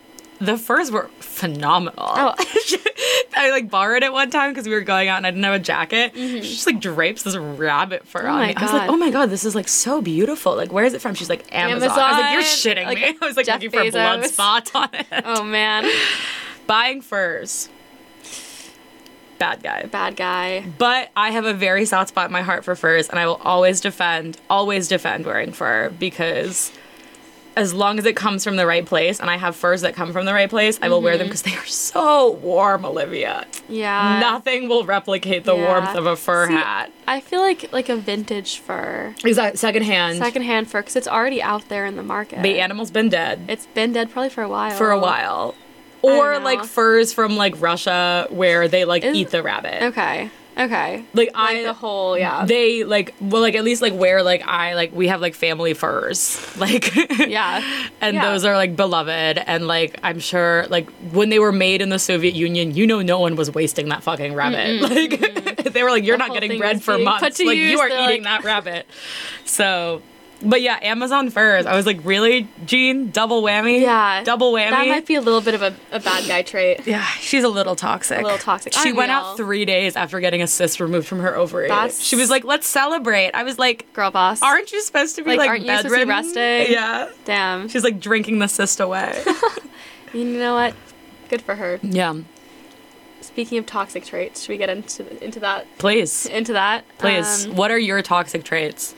[SPEAKER 2] the furs were phenomenal.
[SPEAKER 1] Oh.
[SPEAKER 2] I like borrowed it one time because we were going out and I didn't have a jacket. She just like drapes this rabbit fur on
[SPEAKER 1] Mm-hmm. my
[SPEAKER 2] me. I was like,
[SPEAKER 1] God.
[SPEAKER 2] oh my god, this is like so beautiful. Like, where is it from? She's like Amazon. I was like, you're
[SPEAKER 1] Amazon.
[SPEAKER 2] shitting
[SPEAKER 1] Like,
[SPEAKER 2] me. I was like
[SPEAKER 1] Jeff
[SPEAKER 2] looking for blood
[SPEAKER 1] Bezos.
[SPEAKER 2] spots on it.
[SPEAKER 1] oh man,
[SPEAKER 2] Buying furs. Bad guy.
[SPEAKER 1] bad guy.
[SPEAKER 2] But I have a very soft spot in my heart for furs, and I will always defend, always defend wearing fur because as long as it comes from the right place, and I have furs that come from the right place, I will wear
[SPEAKER 1] Mm-hmm.
[SPEAKER 2] them because they are so warm, Olivia.
[SPEAKER 1] Yeah.
[SPEAKER 2] Nothing will replicate the
[SPEAKER 1] Uh, yeah.
[SPEAKER 2] warmth of a fur
[SPEAKER 1] See,
[SPEAKER 2] hat.
[SPEAKER 1] I feel like like a vintage fur,
[SPEAKER 2] Exactly. Secondhand.
[SPEAKER 1] secondhand fur, because it's already out there in the market.
[SPEAKER 2] the animal's been dead
[SPEAKER 1] It's been dead probably for a while.
[SPEAKER 2] for a while.
[SPEAKER 1] don't
[SPEAKER 2] Or
[SPEAKER 1] know.
[SPEAKER 2] like furs from like Russia where they like
[SPEAKER 1] Isn't-
[SPEAKER 2] eat the rabbit.
[SPEAKER 1] Okay. Okay.
[SPEAKER 2] Like,
[SPEAKER 1] Like
[SPEAKER 2] I
[SPEAKER 1] the whole yeah.
[SPEAKER 2] they like well like at least like where like I like we have like family furs like
[SPEAKER 1] yeah.
[SPEAKER 2] and
[SPEAKER 1] Yeah.
[SPEAKER 2] those are like beloved and like I'm sure like when they were made in the Soviet Union you know no one was wasting that fucking rabbit like they were like
[SPEAKER 1] The
[SPEAKER 2] you're not
[SPEAKER 1] whole
[SPEAKER 2] getting
[SPEAKER 1] thing
[SPEAKER 2] bread
[SPEAKER 1] was
[SPEAKER 2] for
[SPEAKER 1] being
[SPEAKER 2] months
[SPEAKER 1] put to
[SPEAKER 2] like
[SPEAKER 1] use,
[SPEAKER 2] you are
[SPEAKER 1] they're
[SPEAKER 2] eating
[SPEAKER 1] like-
[SPEAKER 2] that rabbit so But yeah, Amazon furs. I was like, really, Jean? Double whammy?
[SPEAKER 1] Yeah.
[SPEAKER 2] Double whammy?
[SPEAKER 1] That might be a little bit of a, a bad guy trait.
[SPEAKER 2] yeah, she's a little toxic. A
[SPEAKER 1] little toxic.
[SPEAKER 2] She
[SPEAKER 1] Aren't
[SPEAKER 2] went
[SPEAKER 1] we
[SPEAKER 2] out
[SPEAKER 1] all?
[SPEAKER 2] three days after getting a cyst removed from her ovary.
[SPEAKER 1] That's-
[SPEAKER 2] She was like, let's celebrate. I was like,
[SPEAKER 1] Girl boss.
[SPEAKER 2] aren't you supposed to be like,
[SPEAKER 1] Like, aren't you supposed to be
[SPEAKER 2] bedridden?
[SPEAKER 1] resting?
[SPEAKER 2] Yeah.
[SPEAKER 1] Damn.
[SPEAKER 2] She's like drinking the cyst away.
[SPEAKER 1] You know what? Good for her.
[SPEAKER 2] yeah.
[SPEAKER 1] Speaking of toxic traits, should we get into into that?
[SPEAKER 2] Please.
[SPEAKER 1] Into that?
[SPEAKER 2] Please.
[SPEAKER 1] Um,
[SPEAKER 2] what are your toxic traits?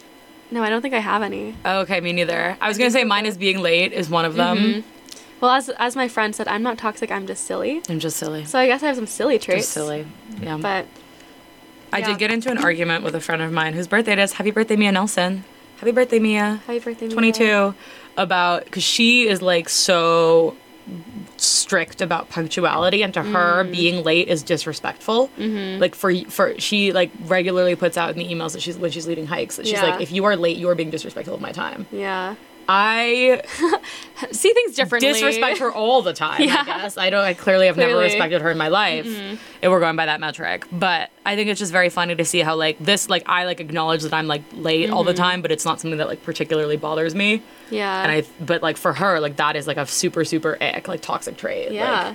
[SPEAKER 1] no, I don't think I have any.
[SPEAKER 2] Oh, okay, me neither. I was gonna say mine is being late is one of them.
[SPEAKER 1] Well, as as my friend said, I'm not toxic. I'm just silly.
[SPEAKER 2] I'm just silly.
[SPEAKER 1] So I guess I have some silly traits.
[SPEAKER 2] Just silly. Yeah.
[SPEAKER 1] But
[SPEAKER 2] I
[SPEAKER 1] yeah.
[SPEAKER 2] did get into an argument with a friend of mine whose birthday it is. Happy birthday, Mia Nelson. Happy birthday, Mia.
[SPEAKER 1] happy birthday. Mia.
[SPEAKER 2] 22 about because she is like so strict about punctuality and to her
[SPEAKER 1] Mm.
[SPEAKER 2] being late is disrespectful
[SPEAKER 1] Mm-hmm.
[SPEAKER 2] like for for she like regularly puts out in the emails that she's when she's leading hikes that she's
[SPEAKER 1] Yeah.
[SPEAKER 2] like if you are late you are being disrespectful of my time
[SPEAKER 1] Yeah.
[SPEAKER 2] i
[SPEAKER 1] See things differently.
[SPEAKER 2] disrespect her all the time i
[SPEAKER 1] Yeah.
[SPEAKER 2] guess i don't i clearly have never
[SPEAKER 1] Clearly. Mm-hmm.
[SPEAKER 2] respected her in my life if we're going by that metric but i think it's just very funny to see how like this like i like acknowledge that i'm like late all
[SPEAKER 1] Mm-hmm.
[SPEAKER 2] the time but it's not something that like particularly bothers me
[SPEAKER 1] Yeah.
[SPEAKER 2] and I but like for her like that is like a super super ick like toxic trait. like-
[SPEAKER 1] yeah.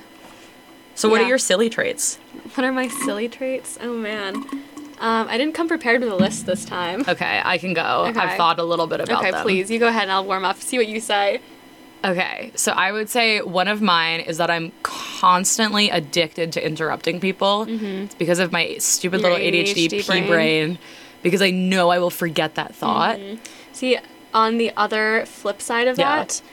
[SPEAKER 2] so what
[SPEAKER 1] Yeah.
[SPEAKER 2] are your silly traits?
[SPEAKER 1] what are my silly traits? Oh man. Um, I didn't come prepared with a list this time.
[SPEAKER 2] Okay, I can go. I've
[SPEAKER 1] Okay.
[SPEAKER 2] thought a little bit about
[SPEAKER 1] Okay,
[SPEAKER 2] them.
[SPEAKER 1] please, you go ahead and I'll warm up. See what you say.
[SPEAKER 2] Okay, so I would say one of mine is that I'm constantly addicted to interrupting people. It's because of my stupid
[SPEAKER 1] Mm-hmm. Your
[SPEAKER 2] little ADHD,
[SPEAKER 1] ADHD
[SPEAKER 2] pea
[SPEAKER 1] brain. Mm-hmm.
[SPEAKER 2] brain. Because I know I will forget that thought.
[SPEAKER 1] See, on the other flip side of
[SPEAKER 2] Yeah.
[SPEAKER 1] that,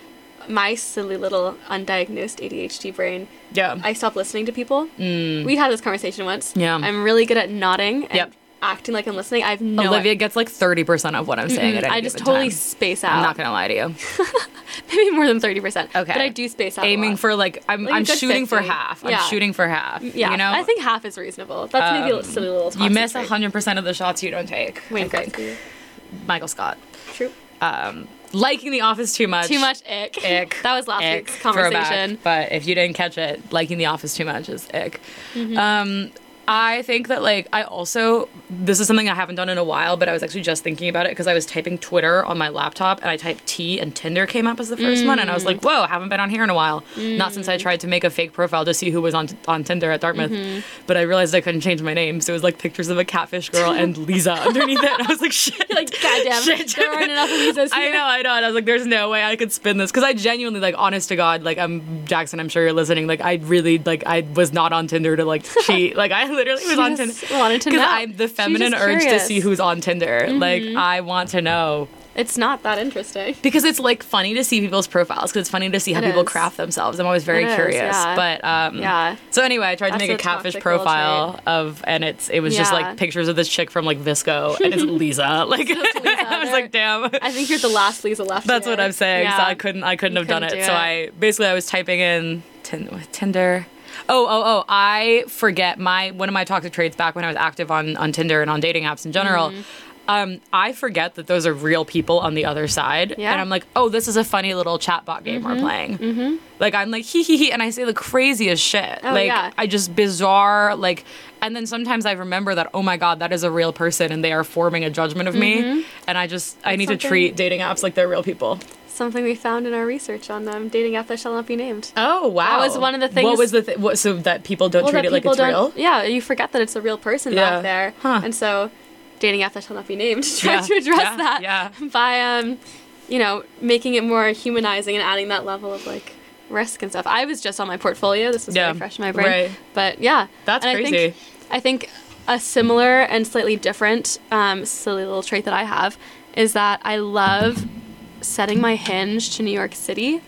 [SPEAKER 1] my silly little undiagnosed ADHD brain,
[SPEAKER 2] Yeah.
[SPEAKER 1] I stop listening to people. We had this conversation once.
[SPEAKER 2] Mm. Yeah.
[SPEAKER 1] I'm really good at nodding and
[SPEAKER 2] Yep.
[SPEAKER 1] acting like I'm listening. I've no
[SPEAKER 2] Olivia gets like 30% of what I'm saying at any
[SPEAKER 1] Mm-hmm. I just
[SPEAKER 2] given
[SPEAKER 1] totally
[SPEAKER 2] time.
[SPEAKER 1] space
[SPEAKER 2] I'm not
[SPEAKER 1] out.
[SPEAKER 2] gonna lie to you.
[SPEAKER 1] Maybe more than 30%.
[SPEAKER 2] Okay.
[SPEAKER 1] But I do space out. a
[SPEAKER 2] Aiming
[SPEAKER 1] lot.
[SPEAKER 2] for like I'm
[SPEAKER 1] Like a
[SPEAKER 2] I'm
[SPEAKER 1] good
[SPEAKER 2] shooting for
[SPEAKER 1] 50.
[SPEAKER 2] half.
[SPEAKER 1] Yeah.
[SPEAKER 2] I'm shooting for half.
[SPEAKER 1] Yeah.
[SPEAKER 2] You know?
[SPEAKER 1] I think half is reasonable. That's maybe a
[SPEAKER 2] Um,
[SPEAKER 1] silly little
[SPEAKER 2] You
[SPEAKER 1] toxic
[SPEAKER 2] miss
[SPEAKER 1] trait.
[SPEAKER 2] 100% of the shots you don't take. I
[SPEAKER 1] Wayne
[SPEAKER 2] think.
[SPEAKER 1] Gretzky.
[SPEAKER 2] Michael Scott.
[SPEAKER 1] True.
[SPEAKER 2] Um, liking The Office too much.
[SPEAKER 1] Too much ick.
[SPEAKER 2] Ick.
[SPEAKER 1] that was last
[SPEAKER 2] Ick.
[SPEAKER 1] week's
[SPEAKER 2] Throwback.
[SPEAKER 1] conversation.
[SPEAKER 2] But if you didn't catch it, liking The Office too much is ick.
[SPEAKER 1] Mm-hmm.
[SPEAKER 2] Um, I think that, like, I also, this is something I haven't done in a while, but I was actually just thinking about it because I was typing Twitter on my laptop and I typed T and Tinder came up as the first one. And I was
[SPEAKER 1] Mm.
[SPEAKER 2] like, whoa, haven't been on here in a while. Not since I tried to make a fake profile to see who was on, on Tinder at Dartmouth.
[SPEAKER 1] Mm-hmm.
[SPEAKER 2] But I realized I couldn't change my name. So it was like pictures of a catfish girl and Lisa underneath it. And I was like, shit.
[SPEAKER 1] Like, goddamn,
[SPEAKER 2] Shit.
[SPEAKER 1] there aren't enough of these
[SPEAKER 2] I know, I know. And I was like, there's no way I could spin this. Cause I genuinely, like, honest to God, like, I'm Jackson, I'm sure you're listening. Like, I really, like, I was not on Tinder to, like, cheat. like, I literally was on Tinder.
[SPEAKER 1] just wanted to
[SPEAKER 2] Because
[SPEAKER 1] know.
[SPEAKER 2] I'm the
[SPEAKER 1] She was
[SPEAKER 2] feminine
[SPEAKER 1] just
[SPEAKER 2] urge to
[SPEAKER 1] curious. Mm-hmm.
[SPEAKER 2] see who's on Tinder. Like, I want to know.
[SPEAKER 1] It's not that interesting.
[SPEAKER 2] Because it's, like, funny to see people's profiles. Cause it's funny to see how
[SPEAKER 1] It
[SPEAKER 2] people
[SPEAKER 1] is.
[SPEAKER 2] craft themselves. I'm always very
[SPEAKER 1] It is,
[SPEAKER 2] curious.
[SPEAKER 1] yeah.
[SPEAKER 2] But, um,
[SPEAKER 1] Yeah.
[SPEAKER 2] So anyway, I tried
[SPEAKER 1] That's
[SPEAKER 2] to make
[SPEAKER 1] a
[SPEAKER 2] a catfish
[SPEAKER 1] toxic little
[SPEAKER 2] profile of, and it's it was just
[SPEAKER 1] Yeah.
[SPEAKER 2] like pictures of this chick from like Visco, and it's Lisa. Like I was
[SPEAKER 1] They're-
[SPEAKER 2] like, damn.
[SPEAKER 1] I think you're the last Lisa left.
[SPEAKER 2] That's
[SPEAKER 1] here.
[SPEAKER 2] what I'm saying. So
[SPEAKER 1] Yeah.
[SPEAKER 2] I couldn't. I couldn't
[SPEAKER 1] You
[SPEAKER 2] have done it.
[SPEAKER 1] couldn't do
[SPEAKER 2] So
[SPEAKER 1] it.
[SPEAKER 2] I basically I was typing in tin- Tinder. Oh oh oh! I forget my one of my toxic traits back when I was active on on Tinder and on dating apps in general.
[SPEAKER 1] Mm-hmm.
[SPEAKER 2] Um, I forget that those are real people on the other side,
[SPEAKER 1] Yeah.
[SPEAKER 2] and I'm like, oh, this is a funny little chatbot game we're playing. Mm-hmm. Like I'm like hee hee hee, and I say the craziest shit.
[SPEAKER 1] Oh,
[SPEAKER 2] like
[SPEAKER 1] yeah.
[SPEAKER 2] I just bizarre like, and then sometimes I remember that oh my god, that is a real person, and they are forming a judgment of
[SPEAKER 1] Mm-hmm.
[SPEAKER 2] me, and I just I need to
[SPEAKER 1] something-
[SPEAKER 2] treat dating apps like they're real people.
[SPEAKER 1] Something we found in our research on them dating app that shall not be named.
[SPEAKER 2] Oh wow!
[SPEAKER 1] was one of the things-
[SPEAKER 2] What was the th- what, so that people don't treat it like it's real?
[SPEAKER 1] don't. Yeah, you forget that it's a real person
[SPEAKER 2] Yeah.
[SPEAKER 1] back there,
[SPEAKER 2] Huh.
[SPEAKER 1] and so dating app that shall not be named tries to
[SPEAKER 2] Yeah.
[SPEAKER 1] address
[SPEAKER 2] Yeah.
[SPEAKER 1] that
[SPEAKER 2] Yeah.
[SPEAKER 1] by um, you know, making it more humanizing and adding that level of like risk and stuff. I was just on my portfolio. This was
[SPEAKER 2] Yeah.
[SPEAKER 1] very fresh in my brain,
[SPEAKER 2] Right.
[SPEAKER 1] but yeah,
[SPEAKER 2] That's
[SPEAKER 1] and I
[SPEAKER 2] crazy.
[SPEAKER 1] think, I think a similar and slightly different um, silly little trait that I have is that I love setting my hinge to New York City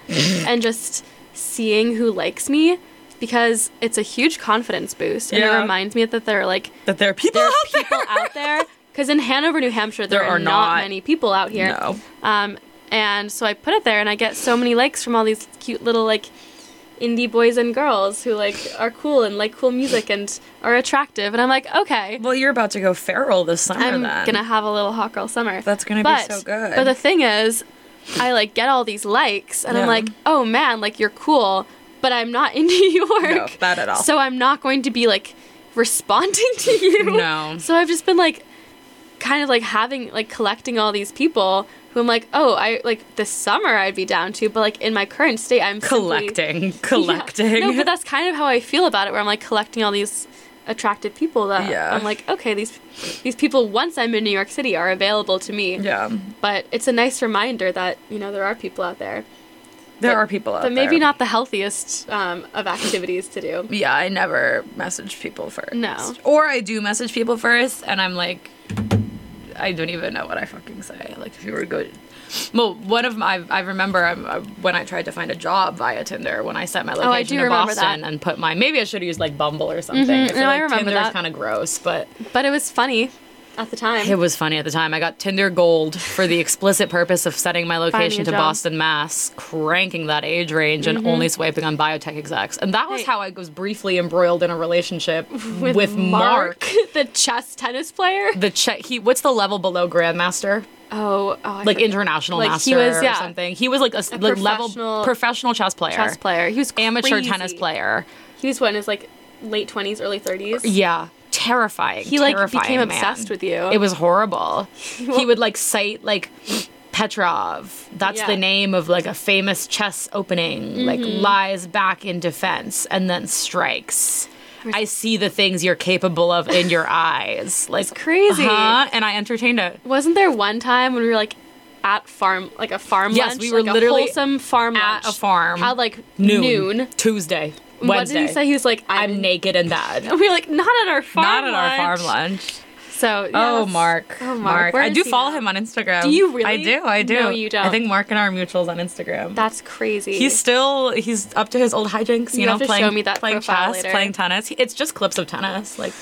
[SPEAKER 1] and just seeing who likes me because it's a huge confidence boost and
[SPEAKER 2] Yeah.
[SPEAKER 1] it reminds me that there are like
[SPEAKER 2] That there are people
[SPEAKER 1] there are
[SPEAKER 2] out there.
[SPEAKER 1] people out there because in Hanover, New Hampshire, there, are, not, many people out here.
[SPEAKER 2] No.
[SPEAKER 1] Um, and so I put it there, and I get so many likes from all these cute little like indie boys and girls who like are cool and like cool music and are attractive. And I'm like, okay,
[SPEAKER 2] Well, you're about to go feral this summer.
[SPEAKER 1] I'm
[SPEAKER 2] then.
[SPEAKER 1] gonna have a little hot girl summer.
[SPEAKER 2] That's gonna be
[SPEAKER 1] but,
[SPEAKER 2] so good.
[SPEAKER 1] But the thing is, I like get all these likes, and I'm
[SPEAKER 2] Yeah.
[SPEAKER 1] like, oh man, like you're cool, but I'm not in New York.
[SPEAKER 2] No, not at all.
[SPEAKER 1] So I'm not going to be like responding to you.
[SPEAKER 2] No.
[SPEAKER 1] So I've just been like kind of like having like collecting all these people who I'm like, oh, I like this summer I'd be down to, but like in my current state, I'm simply-
[SPEAKER 2] collecting,
[SPEAKER 1] Yeah.
[SPEAKER 2] collecting.
[SPEAKER 1] No, but that's kind of how I feel about it, where I'm like collecting all these attractive people that
[SPEAKER 2] Yeah.
[SPEAKER 1] I'm like, okay, these these people once I'm in New York City are available to me.
[SPEAKER 2] yeah,
[SPEAKER 1] But it's a nice reminder that you know there are people out there,
[SPEAKER 2] there
[SPEAKER 1] But-
[SPEAKER 2] are people out
[SPEAKER 1] but maybe
[SPEAKER 2] there.
[SPEAKER 1] not the healthiest um, of activities to do.
[SPEAKER 2] Yeah, I never message people first.
[SPEAKER 1] No.
[SPEAKER 2] Or I do message people first, and I'm like, I don't even know what I fucking say. Like, if you were good. Well, one of my, I remember um, uh, when I tried to find a job via Tinder, when I set my
[SPEAKER 1] Oh, I
[SPEAKER 2] location
[SPEAKER 1] do
[SPEAKER 2] to
[SPEAKER 1] remember
[SPEAKER 2] Boston
[SPEAKER 1] that.
[SPEAKER 2] and put my, maybe I should have used like Bumble or something.
[SPEAKER 1] Mhm.
[SPEAKER 2] feel
[SPEAKER 1] No, I
[SPEAKER 2] like
[SPEAKER 1] remember
[SPEAKER 2] Tinder's
[SPEAKER 1] that.
[SPEAKER 2] kind of gross, but
[SPEAKER 1] But it was funny at the time.
[SPEAKER 2] it was funny at the time. I got Tinder Gold for the explicit purpose of setting my location
[SPEAKER 1] a
[SPEAKER 2] to
[SPEAKER 1] job. Mm-hmm.
[SPEAKER 2] Boston, Mass, cranking that age range, and only swiping on biotech execs. And that was
[SPEAKER 1] Right.
[SPEAKER 2] how I was briefly embroiled in a relationship with, Mark.
[SPEAKER 1] the chess tennis player.
[SPEAKER 2] The che- he what's the level below grandmaster?
[SPEAKER 1] Oh, oh I
[SPEAKER 2] Like
[SPEAKER 1] forget-
[SPEAKER 2] international
[SPEAKER 1] Like,
[SPEAKER 2] master
[SPEAKER 1] he was-
[SPEAKER 2] or
[SPEAKER 1] yeah.
[SPEAKER 2] something. He was like a, s- like level
[SPEAKER 1] professional-
[SPEAKER 2] professional chess player.
[SPEAKER 1] chess player. He was
[SPEAKER 2] Amateur
[SPEAKER 1] crazy.
[SPEAKER 2] tennis player.
[SPEAKER 1] He was what in his like late twenties, early thirties.
[SPEAKER 2] Yeah. Terrifying.
[SPEAKER 1] He like
[SPEAKER 2] terrifying
[SPEAKER 1] became
[SPEAKER 2] man.
[SPEAKER 1] obsessed with you.
[SPEAKER 2] It was horrible. he would like cite like Petrov. That's
[SPEAKER 1] Yeah. Mm-hmm.
[SPEAKER 2] the name of like a famous chess opening. Like lies back in defense and then strikes. I see the things you're capable of in your eyes. Like
[SPEAKER 1] crazy.
[SPEAKER 2] huh? And I entertained it.
[SPEAKER 1] Wasn't there one time when we were like at farm, like a farm
[SPEAKER 2] Yes,
[SPEAKER 1] lunch?
[SPEAKER 2] we were
[SPEAKER 1] like
[SPEAKER 2] literally
[SPEAKER 1] a wholesome farm
[SPEAKER 2] at
[SPEAKER 1] lunch
[SPEAKER 2] a farm
[SPEAKER 1] at like
[SPEAKER 2] Noon.
[SPEAKER 1] noon.
[SPEAKER 2] Tuesday. Wednesday.
[SPEAKER 1] What did he say? He was like, "I'm,
[SPEAKER 2] I'm naked and bad.
[SPEAKER 1] And we were like, "Not at our farm,
[SPEAKER 2] Not at our farm
[SPEAKER 1] lunch."
[SPEAKER 2] lunch.
[SPEAKER 1] So yeah,
[SPEAKER 2] Oh,
[SPEAKER 1] that's-
[SPEAKER 2] Mark.
[SPEAKER 1] oh, Mark,
[SPEAKER 2] Mark.
[SPEAKER 1] where
[SPEAKER 2] I
[SPEAKER 1] is
[SPEAKER 2] do
[SPEAKER 1] he
[SPEAKER 2] follow
[SPEAKER 1] now?
[SPEAKER 2] him on Instagram.
[SPEAKER 1] Do you really?
[SPEAKER 2] I do. I do.
[SPEAKER 1] No, you
[SPEAKER 2] I
[SPEAKER 1] don't.
[SPEAKER 2] think Mark and our mutuals on Instagram.
[SPEAKER 1] That's crazy.
[SPEAKER 2] He's still he's up to his old hijinks, you,
[SPEAKER 1] You
[SPEAKER 2] know,
[SPEAKER 1] have to
[SPEAKER 2] playing
[SPEAKER 1] show me that
[SPEAKER 2] playing
[SPEAKER 1] profile
[SPEAKER 2] chess,
[SPEAKER 1] later.
[SPEAKER 2] playing tennis. It's just clips of tennis. Like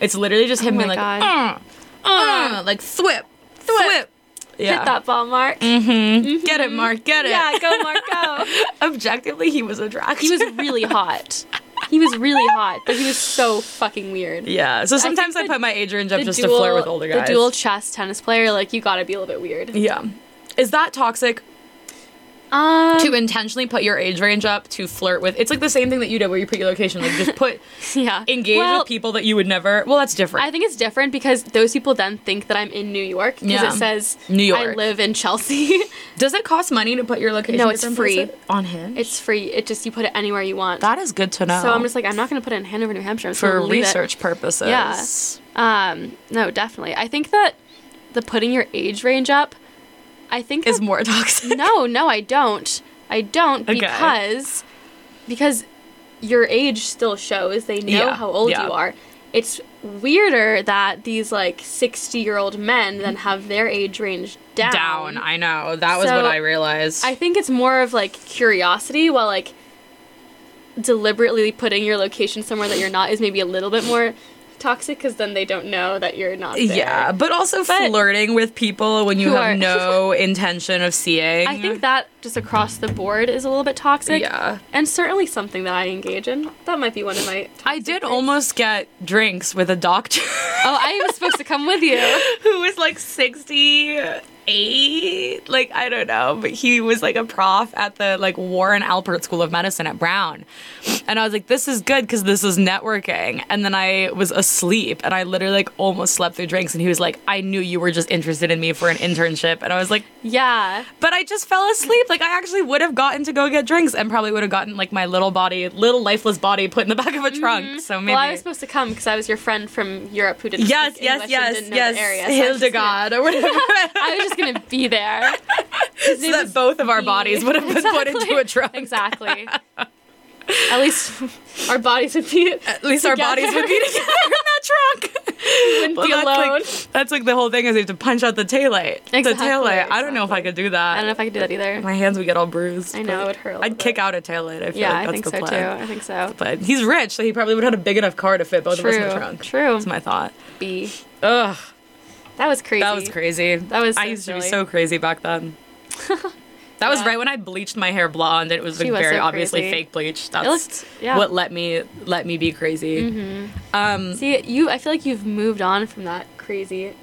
[SPEAKER 2] it's literally just him
[SPEAKER 1] Oh my
[SPEAKER 2] being like,
[SPEAKER 1] God.
[SPEAKER 2] "Uh, uh," like thwip, thwip. Yeah.
[SPEAKER 1] hit that ball, Mark.
[SPEAKER 2] Get it, Mark. Get it.
[SPEAKER 1] Yeah, go, Mark, go.
[SPEAKER 2] Objectively, he was attractive.
[SPEAKER 1] he was really hot. He was really hot, but he was so fucking weird.
[SPEAKER 2] Yeah. So sometimes I,
[SPEAKER 1] think the-
[SPEAKER 2] put my age range up just to flirt with older guys.
[SPEAKER 1] The dual chess tennis player, like you gotta be a little bit weird.
[SPEAKER 2] yeah. Is that toxic
[SPEAKER 1] Um,
[SPEAKER 2] to intentionally put your age range up to flirt with? It's like the same thing that you did where you put your location, like just put
[SPEAKER 1] yeah,
[SPEAKER 2] engage
[SPEAKER 1] Well,
[SPEAKER 2] with people that you would never. Well, that's different.
[SPEAKER 1] I think it's different because those people then think that I'm in New York because
[SPEAKER 2] Yeah.
[SPEAKER 1] it says
[SPEAKER 2] New
[SPEAKER 1] I
[SPEAKER 2] York.
[SPEAKER 1] live in Chelsea.
[SPEAKER 2] Does it cost money to put your location?
[SPEAKER 1] No, it's
[SPEAKER 2] different
[SPEAKER 1] free.
[SPEAKER 2] places? on Hinge.
[SPEAKER 1] it's free. It just you put it anywhere you want.
[SPEAKER 2] that is good to know.
[SPEAKER 1] so I'm just like I'm not gonna put it in Hanover, New Hampshire I'm just
[SPEAKER 2] for
[SPEAKER 1] gonna leave it.
[SPEAKER 2] research purposes.
[SPEAKER 1] Yeah. Um, no, definitely. I think that the putting your age range up. I think
[SPEAKER 2] is
[SPEAKER 1] that-
[SPEAKER 2] more toxic.
[SPEAKER 1] no, no, I don't. I don't
[SPEAKER 2] Okay.
[SPEAKER 1] because because your age still shows. They know
[SPEAKER 2] Yeah,
[SPEAKER 1] how old
[SPEAKER 2] yeah.
[SPEAKER 1] you are. It's weirder that these like sixty year old men then have their age range down.
[SPEAKER 2] down. I know that was
[SPEAKER 1] So,
[SPEAKER 2] what I realized.
[SPEAKER 1] I think it's more of like curiosity, while like deliberately putting your location somewhere that you're not is maybe a little bit more toxic because then they don't know that you're not. There.
[SPEAKER 2] yeah, but also flirting with people when you
[SPEAKER 1] Who
[SPEAKER 2] have
[SPEAKER 1] are-
[SPEAKER 2] no intention of seeing.
[SPEAKER 1] I think that just across the board is a little bit toxic.
[SPEAKER 2] Mm-hmm. Yeah.
[SPEAKER 1] And certainly something that I engage in. That might be one of my.
[SPEAKER 2] I
[SPEAKER 1] toxic
[SPEAKER 2] did
[SPEAKER 1] things.
[SPEAKER 2] almost get drinks with a doctor
[SPEAKER 1] Oh, I was supposed to come with you.
[SPEAKER 2] who was like 68. Like, I don't know, but he was like a prof at the like Warren Alpert School of Medicine at Brown. And I was like, this is good because this is networking. And then I was asleep and I literally like almost slept through drinks. And he was like, I knew you were just interested in me for an internship. And I was like,
[SPEAKER 1] Yeah.
[SPEAKER 2] but I just fell asleep. Like, I actually would have gotten to go get drinks and probably would have gotten like my little body, little lifeless body put in the back of a trunk. So
[SPEAKER 1] Mm-hmm.
[SPEAKER 2] maybe.
[SPEAKER 1] Well, I was supposed to come because I was your friend from Europe who didn't.
[SPEAKER 2] Yes,
[SPEAKER 1] speak
[SPEAKER 2] yes,
[SPEAKER 1] English and
[SPEAKER 2] yes,
[SPEAKER 1] didn't know the
[SPEAKER 2] yes.
[SPEAKER 1] area, so I was just gonna-
[SPEAKER 2] Hildegard or whatever.
[SPEAKER 1] I was just gonna be there. His
[SPEAKER 2] so
[SPEAKER 1] name
[SPEAKER 2] that
[SPEAKER 1] was
[SPEAKER 2] both of our
[SPEAKER 1] B.
[SPEAKER 2] bodies would have been put into a trunk.
[SPEAKER 1] Exactly. At least our bodies would be.
[SPEAKER 2] At least our bodies would be together in that trunk.
[SPEAKER 1] wouldn't be
[SPEAKER 2] that's,
[SPEAKER 1] alone.
[SPEAKER 2] Like, that's like the whole thing is you have to punch out the taillight. The
[SPEAKER 1] Exactly,
[SPEAKER 2] taillight. I don't know if I could do that.
[SPEAKER 1] I don't know if I could do that either.
[SPEAKER 2] My hands would get all bruised.
[SPEAKER 1] I know,
[SPEAKER 2] but
[SPEAKER 1] it would hurt a little
[SPEAKER 2] I'd kick
[SPEAKER 1] bit.
[SPEAKER 2] out a taillight. I feel
[SPEAKER 1] Yeah,
[SPEAKER 2] like that's
[SPEAKER 1] I think
[SPEAKER 2] the
[SPEAKER 1] so
[SPEAKER 2] plan.
[SPEAKER 1] too. I think so.
[SPEAKER 2] But he's rich, so he probably would have had a big enough car to fit both of us in the
[SPEAKER 1] True,
[SPEAKER 2] trunk.
[SPEAKER 1] true.
[SPEAKER 2] That's my thought.
[SPEAKER 1] B.
[SPEAKER 2] Ugh,
[SPEAKER 1] That was crazy.
[SPEAKER 2] that was crazy. That
[SPEAKER 1] was
[SPEAKER 2] I
[SPEAKER 1] so
[SPEAKER 2] used to be
[SPEAKER 1] silly.
[SPEAKER 2] so crazy back then. That was
[SPEAKER 1] Yeah.
[SPEAKER 2] right when I bleached my hair blonde, and it was like
[SPEAKER 1] She was
[SPEAKER 2] very
[SPEAKER 1] so
[SPEAKER 2] obviously
[SPEAKER 1] crazy.
[SPEAKER 2] fake bleach. That's
[SPEAKER 1] looked- yeah. Mm-hmm.
[SPEAKER 2] what let me let me be crazy. Um,
[SPEAKER 1] See, you. I feel like you've moved on from that crazy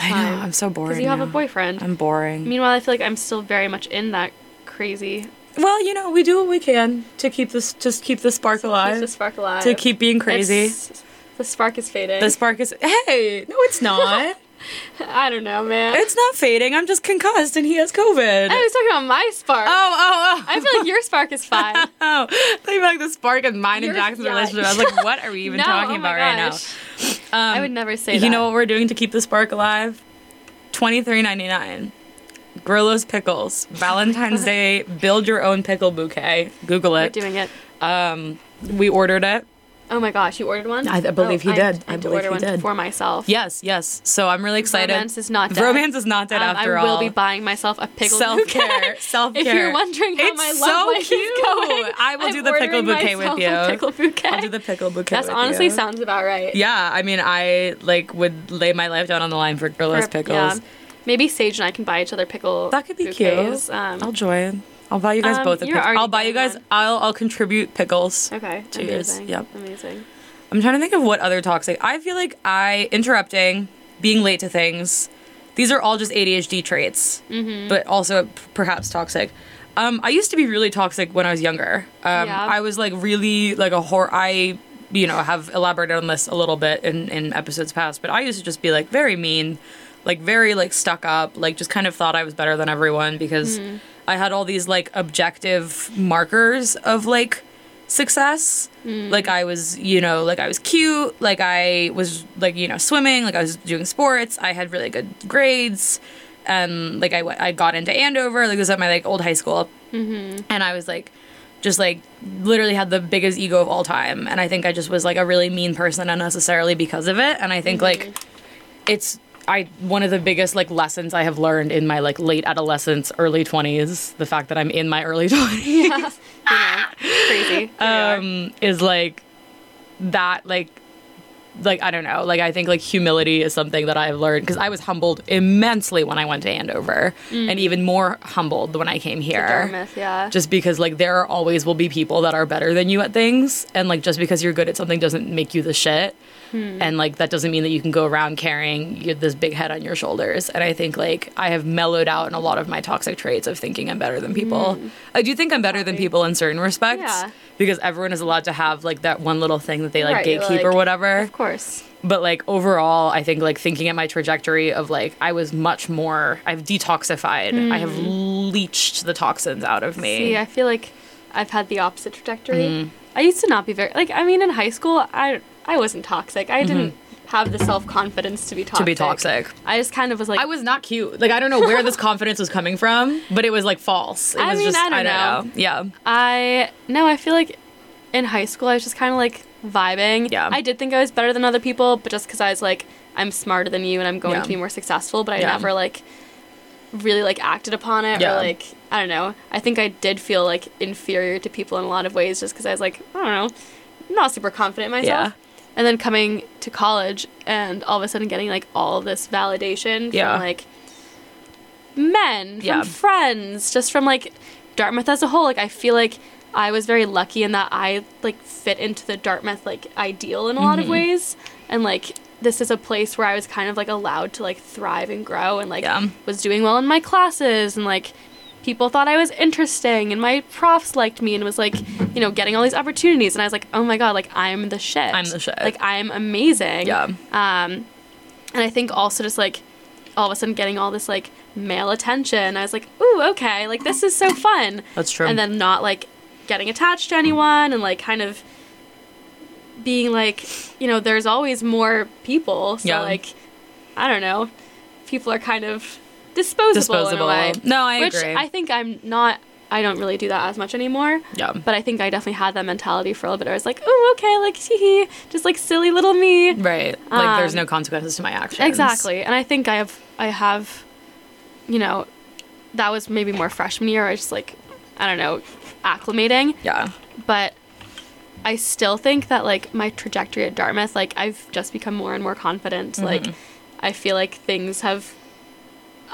[SPEAKER 2] I
[SPEAKER 1] time.
[SPEAKER 2] know I'm so boring.
[SPEAKER 1] because you have a
[SPEAKER 2] now.
[SPEAKER 1] boyfriend.
[SPEAKER 2] I'm boring.
[SPEAKER 1] Meanwhile, I feel like I'm still very much in that crazy.
[SPEAKER 2] well, you know, we do what we can to keep this, just keep the spark alive,
[SPEAKER 1] Keep the spark alive.
[SPEAKER 2] to keep being crazy.
[SPEAKER 1] It's- the spark is fading.
[SPEAKER 2] The spark is. Hey, no, it's not.
[SPEAKER 1] I don't know, man.
[SPEAKER 2] It's not fading. I'm just concussed and he has COVID.
[SPEAKER 1] I was talking about my spark.
[SPEAKER 2] oh, oh, oh.
[SPEAKER 1] I feel like your spark is fine.
[SPEAKER 2] Oh, I thought you meant, like the spark of mine and
[SPEAKER 1] Yours-
[SPEAKER 2] Jackson's
[SPEAKER 1] yeah.
[SPEAKER 2] relationship. I was like, what are we even
[SPEAKER 1] No,
[SPEAKER 2] talking
[SPEAKER 1] oh my
[SPEAKER 2] about right now? Um,
[SPEAKER 1] gosh. I would never say
[SPEAKER 2] you
[SPEAKER 1] that.
[SPEAKER 2] know what we're doing to keep the spark alive? Twenty three ninety nine. Grillo's pickles. Valentine's Day. Build your own pickle bouquet. Google
[SPEAKER 1] We're
[SPEAKER 2] it.
[SPEAKER 1] doing it.
[SPEAKER 2] Um, we ordered it.
[SPEAKER 1] Oh my gosh, you ordered one?
[SPEAKER 2] I- I believe he
[SPEAKER 1] Oh,
[SPEAKER 2] did.
[SPEAKER 1] I,
[SPEAKER 2] I
[SPEAKER 1] had to
[SPEAKER 2] believe
[SPEAKER 1] order
[SPEAKER 2] he
[SPEAKER 1] one
[SPEAKER 2] did.
[SPEAKER 1] for myself.
[SPEAKER 2] Yes, yes. So I'm really excited.
[SPEAKER 1] Romance is not dead.
[SPEAKER 2] Romance is not dead
[SPEAKER 1] Um,
[SPEAKER 2] after
[SPEAKER 1] I
[SPEAKER 2] all.
[SPEAKER 1] will be buying myself a pickle
[SPEAKER 2] self
[SPEAKER 1] bouquet.
[SPEAKER 2] care, self care.
[SPEAKER 1] If you're wondering how
[SPEAKER 2] it's
[SPEAKER 1] my
[SPEAKER 2] so
[SPEAKER 1] love life
[SPEAKER 2] cute.
[SPEAKER 1] is going,
[SPEAKER 2] I will
[SPEAKER 1] I'm
[SPEAKER 2] do the pickle
[SPEAKER 1] ordering
[SPEAKER 2] bouquet with
[SPEAKER 1] myself
[SPEAKER 2] you.
[SPEAKER 1] A pickle bouquet.
[SPEAKER 2] I'll do the pickle bouquet.
[SPEAKER 1] That's
[SPEAKER 2] with
[SPEAKER 1] honestly
[SPEAKER 2] you.
[SPEAKER 1] sounds about right.
[SPEAKER 2] Yeah, I mean, I like would lay my life down on the line for Gorilla's
[SPEAKER 1] Or-
[SPEAKER 2] pickles.
[SPEAKER 1] yeah. Maybe Sage and I can buy each other pickle.
[SPEAKER 2] That could be
[SPEAKER 1] bouquets.
[SPEAKER 2] cute.
[SPEAKER 1] Um,
[SPEAKER 2] I'll join. I'll buy you guys
[SPEAKER 1] Um,
[SPEAKER 2] both a
[SPEAKER 1] you're
[SPEAKER 2] pickle.
[SPEAKER 1] already
[SPEAKER 2] I'll buy you
[SPEAKER 1] getting
[SPEAKER 2] guys.
[SPEAKER 1] one.
[SPEAKER 2] I'll I'll contribute pickles.
[SPEAKER 1] okay.
[SPEAKER 2] Cheers.
[SPEAKER 1] Amazing.
[SPEAKER 2] Yep.
[SPEAKER 1] Amazing.
[SPEAKER 2] I'm trying to think of what other toxic. I feel like I interrupting, being late to things. These are all just ADHD traits, but also p- perhaps toxic. Um, I used to be really toxic when I was younger. Um,
[SPEAKER 1] Yeah.
[SPEAKER 2] I was like really like a whore. I, you know, have elaborated on this a little bit in, in episodes past, but I used to just be like very mean, like very like stuck up, like just kind of thought I was better than everyone because I had all these like objective markers of like success. Like I was, you know, like I was cute, like I was like, you know, swimming, like I was doing sports, I had really good grades. And like I, went- I got into Andover, like it was at my like old high school. And I was like just like literally had the biggest ego of all time and I think I just was like a really mean person unnecessarily because of it and I think like it's I one of the biggest like lessons I have learned in my like late adolescence, early 20s, the fact that I'm in my early 20s
[SPEAKER 1] Yeah. you know, crazy.
[SPEAKER 2] um, is like that like like I don't know like I think like humility is something that I've learned because I was humbled immensely when I went to Andover and even more humbled when I came here
[SPEAKER 1] Dartmouth, yeah.
[SPEAKER 2] er, just because like there are always will be people that are better than you at things and like just because you're good at something doesn't make you the shit
[SPEAKER 1] Hmm.
[SPEAKER 2] and like that doesn't mean that you can go around carrying your, this big head on your shoulders and I think like I have mellowed out in a lot of my toxic traits of thinking I'm better than people I do think I'm better than
[SPEAKER 1] Exactly.
[SPEAKER 2] people in certain respects
[SPEAKER 1] Hmm. Yeah.
[SPEAKER 2] because everyone is allowed to have like that one little thing that they like
[SPEAKER 1] Right,
[SPEAKER 2] gatekeep or
[SPEAKER 1] like,
[SPEAKER 2] whatever.
[SPEAKER 1] Of course.
[SPEAKER 2] But like overall, I think like thinking at my trajectory of like I was much more I've detoxified. I have leached the toxins out of me.
[SPEAKER 1] Hmm.
[SPEAKER 2] Mm-hmm.
[SPEAKER 1] See, I feel like I've had the opposite trajectory. I used to not be very like I mean in high school I I wasn't toxic. I didn't have the self confidence to be toxic.
[SPEAKER 2] Mm-hmm. To be toxic.
[SPEAKER 1] I just kind of was like
[SPEAKER 2] I was not cute. Like I don't know where this confidence was coming from, but it was like false. It
[SPEAKER 1] I
[SPEAKER 2] was
[SPEAKER 1] mean,
[SPEAKER 2] just
[SPEAKER 1] I don't know.
[SPEAKER 2] Yeah.
[SPEAKER 1] I no, I feel like in high school I was just kind of like vibing.
[SPEAKER 2] Yeah.
[SPEAKER 1] I did think I was better than other people, but just because I was like I'm smarter than you and I'm going
[SPEAKER 2] Yeah.
[SPEAKER 1] to be more successful, but I
[SPEAKER 2] Yeah.
[SPEAKER 1] never like really like acted upon it
[SPEAKER 2] Yeah.
[SPEAKER 1] or like I don't know. I think I did feel like inferior to people in a lot of ways just because I was like I don't know, I'm not super confident in myself. And then coming to college and all of a sudden getting like all this validation
[SPEAKER 2] Yeah.
[SPEAKER 1] from like men, from
[SPEAKER 2] Yeah.
[SPEAKER 1] friends, just from like Dartmouth as a whole. Like I feel like I was very lucky in that I like fit into the Dartmouth like ideal in a lot of
[SPEAKER 2] Mm-hmm.
[SPEAKER 1] ways, and like this is a place where I was kind of like allowed to like thrive and grow, and like
[SPEAKER 2] Yeah.
[SPEAKER 1] was doing well in my classes, and like people thought I was interesting, and my profs liked me, and was like you know getting all these opportunities, and I was like oh my god, like I'm the shit,
[SPEAKER 2] I'm the shit.
[SPEAKER 1] like I'm amazing,
[SPEAKER 2] Yeah.
[SPEAKER 1] um, and I think also just like all of a sudden getting all this like male attention, I was like, ooh, okay, like this is so fun.
[SPEAKER 2] That's true.
[SPEAKER 1] And then not like getting attached to anyone and like kind of being like, you know, there's always more people. So
[SPEAKER 2] Yeah.
[SPEAKER 1] like, I don't know, people are kind of disposable,
[SPEAKER 2] Disposable.
[SPEAKER 1] in a way.
[SPEAKER 2] No, I
[SPEAKER 1] which
[SPEAKER 2] agree.
[SPEAKER 1] I think I'm not. I don't really do that as much anymore.
[SPEAKER 2] yeah.
[SPEAKER 1] But I think I definitely had that mentality for a little bit. I was like, oh, okay, like, hee hee, just like silly little me.
[SPEAKER 2] Right. Like there's
[SPEAKER 1] Um,
[SPEAKER 2] no consequences to my actions.
[SPEAKER 1] Exactly. And I think I have I have you know that was maybe more freshman year I just like I don't know acclimating,
[SPEAKER 2] Yeah.
[SPEAKER 1] but I still think that like my trajectory at Dartmouth like I've just become more and more confident. Like I feel like things have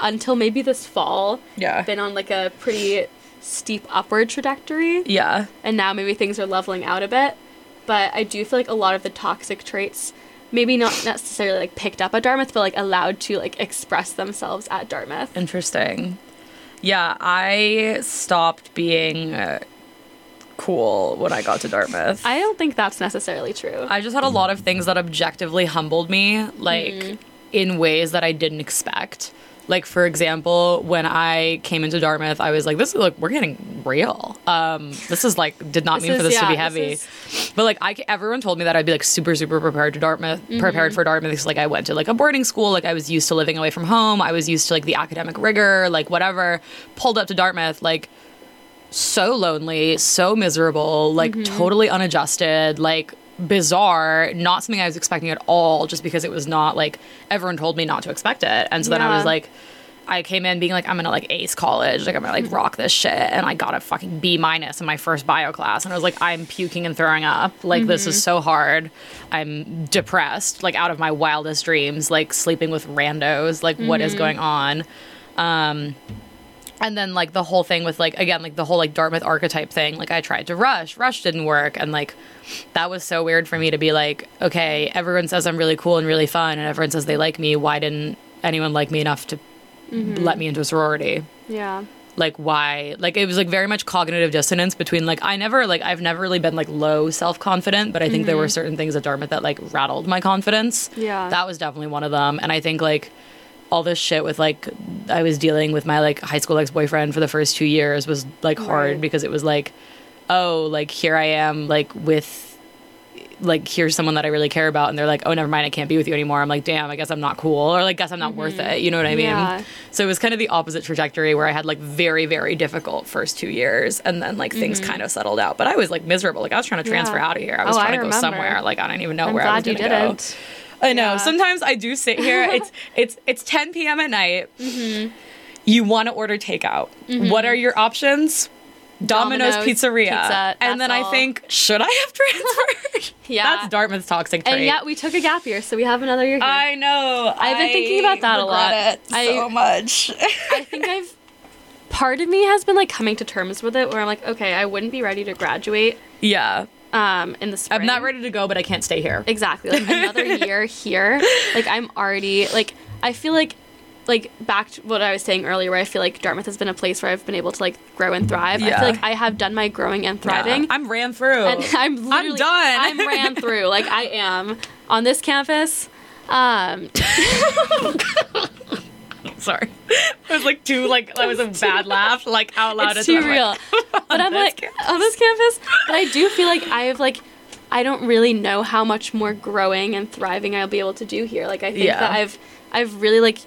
[SPEAKER 1] until maybe this fall
[SPEAKER 2] Yeah.
[SPEAKER 1] been on like a pretty steep upward trajectory
[SPEAKER 2] Yeah.
[SPEAKER 1] and now maybe things are leveling out a bit. But I do feel like a lot of the toxic traits, maybe not necessarily like picked up at Dartmouth, but like allowed to like express themselves at Dartmouth.
[SPEAKER 2] Interesting. Yeah, I stopped being uh, cool when I got to Dartmouth.
[SPEAKER 1] I don't think that's necessarily true. Mm-hmm.
[SPEAKER 2] I just had a lot of things that objectively humbled me, like in ways that I didn't expect. Like for example, when I came into Dartmouth, I was like, "This is like we're getting real. Um, this is like did not
[SPEAKER 1] This
[SPEAKER 2] mean for
[SPEAKER 1] is-
[SPEAKER 2] this to be
[SPEAKER 1] yeah,
[SPEAKER 2] heavy."
[SPEAKER 1] this
[SPEAKER 2] But like I, everyone told me that I'd be like super super prepared to Dartmouth,
[SPEAKER 1] Mm-hmm.
[SPEAKER 2] prepared for Dartmouth. Because, like I went to like a boarding school, like I was used to living away from home, I was used to like the academic rigor, like whatever. Pulled up to Dartmouth, like so lonely, so miserable, like totally unadjusted, like bizarre, not something I was expecting at all, just because it was not like everyone told me not to expect it. And so then I
[SPEAKER 1] Yeah.
[SPEAKER 2] was like, I came in being like, I'm gonna like ace college, like I'm gonna like rock this shit, and I got a fucking B minus in my first bio class, and I was like, I'm puking and throwing up, like this is so hard, I'm depressed, like out of my wildest dreams, like sleeping with randos, like what is going on? Um, and then like the whole thing with like again like the whole like dartmouth archetype thing like i tried to rush rush didn't work and like that was so weird for me to be like okay everyone says i'm really cool and really fun and everyone says they like me why didn't anyone like me enough to let me into a sorority
[SPEAKER 1] Yeah.
[SPEAKER 2] like why like it was like very much cognitive dissonance between like i never like i've never really been like low self-confident but i think there were certain things at dartmouth that like rattled my confidence
[SPEAKER 1] Mm-hmm. Yeah.
[SPEAKER 2] that was definitely one of them and i think like all this shit with like i was dealing with my like high school ex-boyfriend for the first two years was like hard
[SPEAKER 1] Right.
[SPEAKER 2] because it was like oh like here i am like with like here's someone that i really care about and they're like oh never mind i can't be with you anymore i'm like damn i guess i'm not cool or like guess i'm not worth it you know what i mean
[SPEAKER 1] Mm-hmm. Yeah.
[SPEAKER 2] so it was kind of the opposite trajectory where I had like very, very difficult first two years and then like things kind of settled out. But I was like miserable. Like I was trying to transfer
[SPEAKER 1] Mm-hmm. Yeah.
[SPEAKER 2] out of here. I was
[SPEAKER 1] Oh, I
[SPEAKER 2] trying to go
[SPEAKER 1] remember.
[SPEAKER 2] somewhere. Like I don't even know
[SPEAKER 1] I'm
[SPEAKER 2] where I was
[SPEAKER 1] glad you
[SPEAKER 2] going to go.
[SPEAKER 1] didn't.
[SPEAKER 2] I know.
[SPEAKER 1] Yeah.
[SPEAKER 2] Sometimes I do sit here. It's it's it's 10 p.m. at night.
[SPEAKER 1] Mm-hmm.
[SPEAKER 2] You want to order takeout. What are your options? Domino's,
[SPEAKER 1] Domino's,
[SPEAKER 2] Pizzeria.
[SPEAKER 1] pizza,
[SPEAKER 2] and
[SPEAKER 1] that's
[SPEAKER 2] then I
[SPEAKER 1] all.
[SPEAKER 2] think, should I have transferred?
[SPEAKER 1] Yeah.
[SPEAKER 2] That's Dartmouth's toxic trait.
[SPEAKER 1] And yet we took a gap year, so we have another year here.
[SPEAKER 2] I know.
[SPEAKER 1] I've been thinking
[SPEAKER 2] I
[SPEAKER 1] about that a lot.
[SPEAKER 2] regret It
[SPEAKER 1] I-
[SPEAKER 2] so much.
[SPEAKER 1] I think I've part of me has been like coming to terms with it where I'm like, okay, I wouldn't be ready to graduate
[SPEAKER 2] yeah.
[SPEAKER 1] um in the spring.
[SPEAKER 2] I'm not ready to go, but I can't stay here.
[SPEAKER 1] Exactly. Like another year here. Like I'm already like I feel like like back to what I was saying earlier where I feel like Dartmouth has been a place where I've been able to like grow and thrive. I
[SPEAKER 2] Yeah.
[SPEAKER 1] feel like I have done my growing and thriving.
[SPEAKER 2] I'm ran through.
[SPEAKER 1] and I'm literally
[SPEAKER 2] done.
[SPEAKER 1] I'm ran through. Like I am on this campus. Um
[SPEAKER 2] Sorry. It was like too like that was a bad laugh, like out loud.
[SPEAKER 1] it's
[SPEAKER 2] as
[SPEAKER 1] too
[SPEAKER 2] well.
[SPEAKER 1] real. but I'm
[SPEAKER 2] this
[SPEAKER 1] like on this campus. But I do feel like I have like I don't really know how much more growing and thriving I'll be able to do here. Like I think
[SPEAKER 2] Yeah.
[SPEAKER 1] that I've I've really like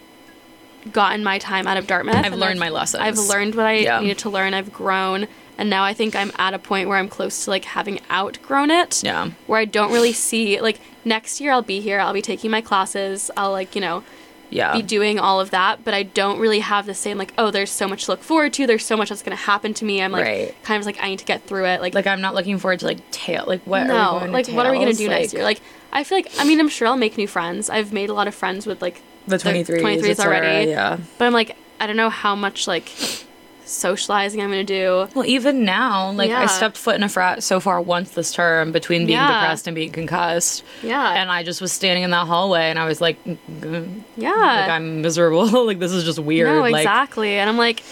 [SPEAKER 1] gotten my time out of Dartmouth.
[SPEAKER 2] I've
[SPEAKER 1] and
[SPEAKER 2] learned my lessons.
[SPEAKER 1] I've learned what I
[SPEAKER 2] Yeah.
[SPEAKER 1] needed to learn. I've grown, and now I think I'm at a point where I'm close to like having outgrown it.
[SPEAKER 2] Yeah.
[SPEAKER 1] Where I don't really see like next year I'll be here. I'll be taking my classes. I'll like you know
[SPEAKER 2] Yeah.
[SPEAKER 1] be doing all of that, but I don't really have the same like, oh, there's so much to look forward to. There's so much that's gonna happen to me. I'm like
[SPEAKER 2] Right.
[SPEAKER 1] kind of like I need to get through it. Like,
[SPEAKER 2] like I'm not looking forward to like tail like what are we
[SPEAKER 1] no,
[SPEAKER 2] going to
[SPEAKER 1] like what are we gonna
[SPEAKER 2] tails?
[SPEAKER 1] do next year? Like I feel like I mean I'm sure I'll make new friends. I've made a lot of friends with like
[SPEAKER 2] the 23s,
[SPEAKER 1] 23s
[SPEAKER 2] et cetera,
[SPEAKER 1] already.
[SPEAKER 2] Yeah.
[SPEAKER 1] But I'm like I don't know how much like socializing I'm gonna do.
[SPEAKER 2] Well, even now, like I
[SPEAKER 1] Yeah.
[SPEAKER 2] stepped foot in a frat so far once this term between being
[SPEAKER 1] Yeah.
[SPEAKER 2] depressed and being concussed.
[SPEAKER 1] Yeah.
[SPEAKER 2] And I just was standing in that hallway and I was like, mm, mm,
[SPEAKER 1] yeah.
[SPEAKER 2] like I'm miserable. like this is just weird.
[SPEAKER 1] no,
[SPEAKER 2] Like,
[SPEAKER 1] exactly. and I'm like.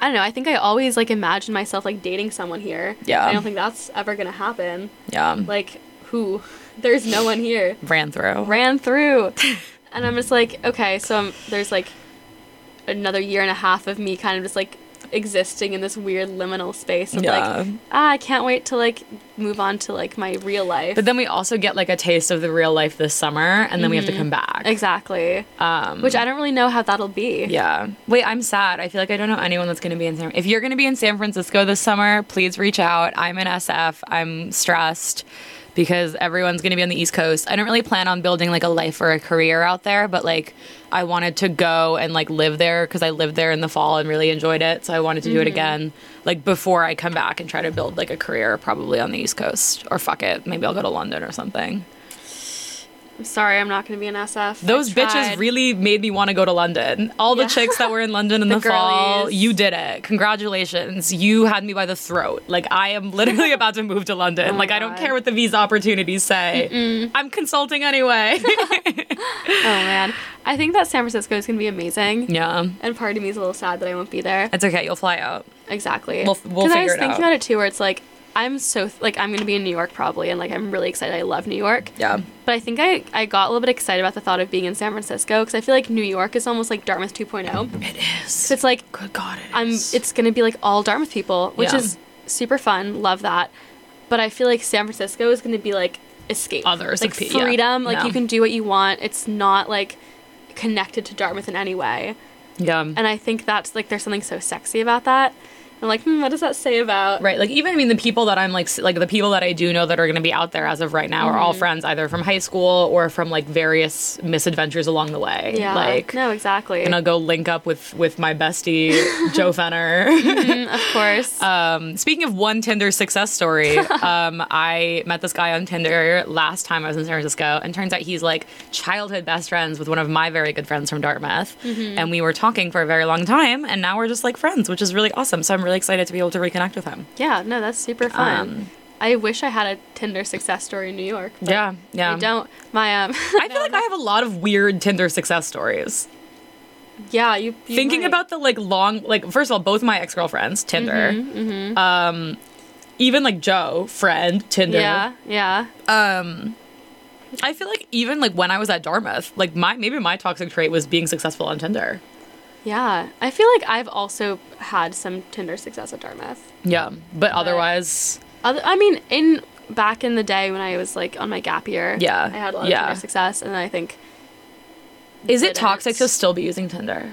[SPEAKER 1] I don't know. I think I always like imagine myself like dating someone here.
[SPEAKER 2] Yeah.
[SPEAKER 1] I don't think that's ever gonna happen.
[SPEAKER 2] yeah. Like,
[SPEAKER 1] Like, who? There's no one here.
[SPEAKER 2] ran through.
[SPEAKER 1] ran through. and I'm just like, okay, so I'm, there's like another year and a half of me kind of just like existing in this weird liminal space of
[SPEAKER 2] Yeah.
[SPEAKER 1] like, ah, I can't wait to like move on to like my real life.
[SPEAKER 2] But then we also get like a taste of the real life this summer, and then we have
[SPEAKER 1] Mm-hmm.
[SPEAKER 2] to come back.
[SPEAKER 1] exactly.
[SPEAKER 2] Um,
[SPEAKER 1] Which I don't really know how that'll be.
[SPEAKER 2] yeah. Wait, I'm sad. I feel like I don't know anyone that's going to be in San. If you're going to be in San Francisco this summer, please reach out. I'm in SF. I'm stressed because everyone's going to be on the East Coast. I don't really plan on building like a life or a career out there, but like I wanted to go and like live there because I lived there in the fall and really enjoyed it. So I wanted to do it again, like before I come back and try to build like a career probably on the East Coast or fuck it, maybe I'll go to London or something.
[SPEAKER 1] I'm sorry, I'm not going to be an SF. I
[SPEAKER 2] Those bitches
[SPEAKER 1] tried.
[SPEAKER 2] really made me want to go to London. All the
[SPEAKER 1] Yeah.
[SPEAKER 2] chicks that were in London in the, fall,
[SPEAKER 1] girlies.
[SPEAKER 2] you did it. Congratulations. You had me by the throat. Like, I am literally about to move to London.
[SPEAKER 1] Oh my
[SPEAKER 2] like, I don't
[SPEAKER 1] God.
[SPEAKER 2] care what the visa opportunities say. I'm consulting anyway.
[SPEAKER 1] Oh man. I think that San Francisco is going to be amazing.
[SPEAKER 2] yeah.
[SPEAKER 1] And part of me is a little sad that I won't be there.
[SPEAKER 2] It's okay. You'll fly out.
[SPEAKER 1] Exactly.
[SPEAKER 2] We'll- we'll
[SPEAKER 1] Because I
[SPEAKER 2] figure
[SPEAKER 1] was
[SPEAKER 2] it
[SPEAKER 1] thinking
[SPEAKER 2] out.
[SPEAKER 1] about it too, where it's like, I'm so th- like I'm gonna be in New York probably, and like I'm really excited. I love New York,
[SPEAKER 2] Yeah.
[SPEAKER 1] but I think I I got a little bit excited about the thought of being in San Francisco because I feel like New York is almost like Dartmouth 2.0.
[SPEAKER 2] It is.
[SPEAKER 1] So it's like
[SPEAKER 2] Good God, it
[SPEAKER 1] I'm
[SPEAKER 2] is.
[SPEAKER 1] it's gonna be like all Dartmouth people, which
[SPEAKER 2] Yeah.
[SPEAKER 1] is super fun. Love that, but I feel like San Francisco is gonna be like escape,
[SPEAKER 2] Others,
[SPEAKER 1] like
[SPEAKER 2] like, pe- yeah.
[SPEAKER 1] freedom. Like
[SPEAKER 2] Yeah.
[SPEAKER 1] you can do what you want. It's not like connected to Dartmouth in any way.
[SPEAKER 2] yeah.
[SPEAKER 1] And I think that's like there's something so sexy about that. I'm like, hmm, what does that say about?
[SPEAKER 2] Right, like even I mean the people that I'm like s- like the people that I do know that are going to be out there as of right now are
[SPEAKER 1] Mm-hmm.
[SPEAKER 2] all friends either from high school or from like various misadventures along the way.
[SPEAKER 1] Yeah.
[SPEAKER 2] like
[SPEAKER 1] no, exactly.
[SPEAKER 2] gonna go link up with with my bestie Joe Fenner.
[SPEAKER 1] Mm, of course.
[SPEAKER 2] um, speaking of one Tinder success story, um, I met this guy on Tinder last time I was in San Francisco, and turns out he's like childhood best friends with one of my very good friends from Dartmouth,
[SPEAKER 1] Mm-hmm.
[SPEAKER 2] and we were talking for a very long time, and now we're just like friends, which is really awesome. So I'm really excited to be able to reconnect with him.
[SPEAKER 1] yeah. No, that's super fun.
[SPEAKER 2] um,
[SPEAKER 1] I wish I had a Tinder success story in New York. but
[SPEAKER 2] Yeah, yeah.
[SPEAKER 1] I don't. My um.
[SPEAKER 2] I feel like I have a lot of weird Tinder success stories.
[SPEAKER 1] yeah, you. you
[SPEAKER 2] Thinking
[SPEAKER 1] might.
[SPEAKER 2] about the like long, like first of all, both my ex girlfriends Tinder,
[SPEAKER 1] Mm-hmm,
[SPEAKER 2] um, even like Joe, friend Tinder.
[SPEAKER 1] Yeah. Yeah.
[SPEAKER 2] Um, I feel like even like when I was at Dartmouth, like my maybe my toxic trait was being successful on Tinder.
[SPEAKER 1] Yeah. I feel like I've also had some Tinder success at Dartmouth.
[SPEAKER 2] Yeah, but otherwise,
[SPEAKER 1] Other, I mean, in back in the day when I was like on my gap year.
[SPEAKER 2] Yeah,
[SPEAKER 1] I had a lot
[SPEAKER 2] yeah.
[SPEAKER 1] of Tinder success, and I think.
[SPEAKER 2] is it
[SPEAKER 1] didn't.
[SPEAKER 2] toxic to still be using Tinder?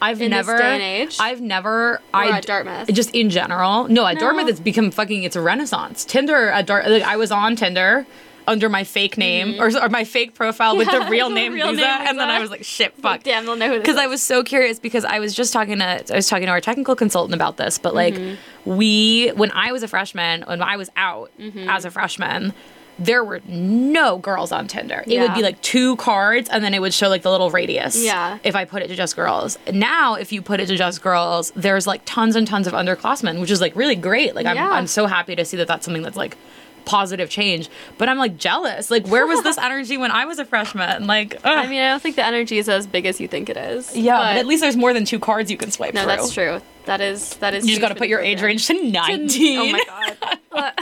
[SPEAKER 2] I've
[SPEAKER 1] In this
[SPEAKER 2] never,
[SPEAKER 1] day and age?
[SPEAKER 2] I've never,
[SPEAKER 1] Or
[SPEAKER 2] I
[SPEAKER 1] at Dartmouth.
[SPEAKER 2] just in general. No, at
[SPEAKER 1] No.
[SPEAKER 2] Dartmouth, it's become fucking. It's a renaissance. Tinder at Dart. Like, I was on Tinder under my fake name or, or my fake profile with the
[SPEAKER 1] Yeah,
[SPEAKER 2] real
[SPEAKER 1] Mm-hmm. the
[SPEAKER 2] name
[SPEAKER 1] real
[SPEAKER 2] Lisa,
[SPEAKER 1] name
[SPEAKER 2] and then
[SPEAKER 1] Lisa.
[SPEAKER 2] I was like, shit, fuck.
[SPEAKER 1] Damn, they'll know who this
[SPEAKER 2] Because I
[SPEAKER 1] is.
[SPEAKER 2] was so curious because I was just talking to I was talking to our technical consultant about this, but like
[SPEAKER 1] Mm-hmm.
[SPEAKER 2] we when I was a freshman, when I was out as a freshman, there were no girls on Tinder. It would
[SPEAKER 1] Yeah.
[SPEAKER 2] be like two cards and then it would show like the little radius.
[SPEAKER 1] Yeah.
[SPEAKER 2] If I put it to just girls. Now if you put it to just girls, there's like tons and tons of underclassmen, which is like really great. Like I'm
[SPEAKER 1] Yeah.
[SPEAKER 2] I'm so happy to see that that's something that's like positive change. But I'm like jealous. Like where was this energy when I was a freshman? Like
[SPEAKER 1] I
[SPEAKER 2] ugh.
[SPEAKER 1] mean, I don't think the energy is as big as you think it is.
[SPEAKER 2] Yeah, but, at least there's more than two cards you can swipe
[SPEAKER 1] no,
[SPEAKER 2] through.
[SPEAKER 1] that's true. That is that is.
[SPEAKER 2] You
[SPEAKER 1] huge
[SPEAKER 2] just got to
[SPEAKER 1] for
[SPEAKER 2] put
[SPEAKER 1] the
[SPEAKER 2] your age
[SPEAKER 1] program.
[SPEAKER 2] range to 19.
[SPEAKER 1] Oh my god.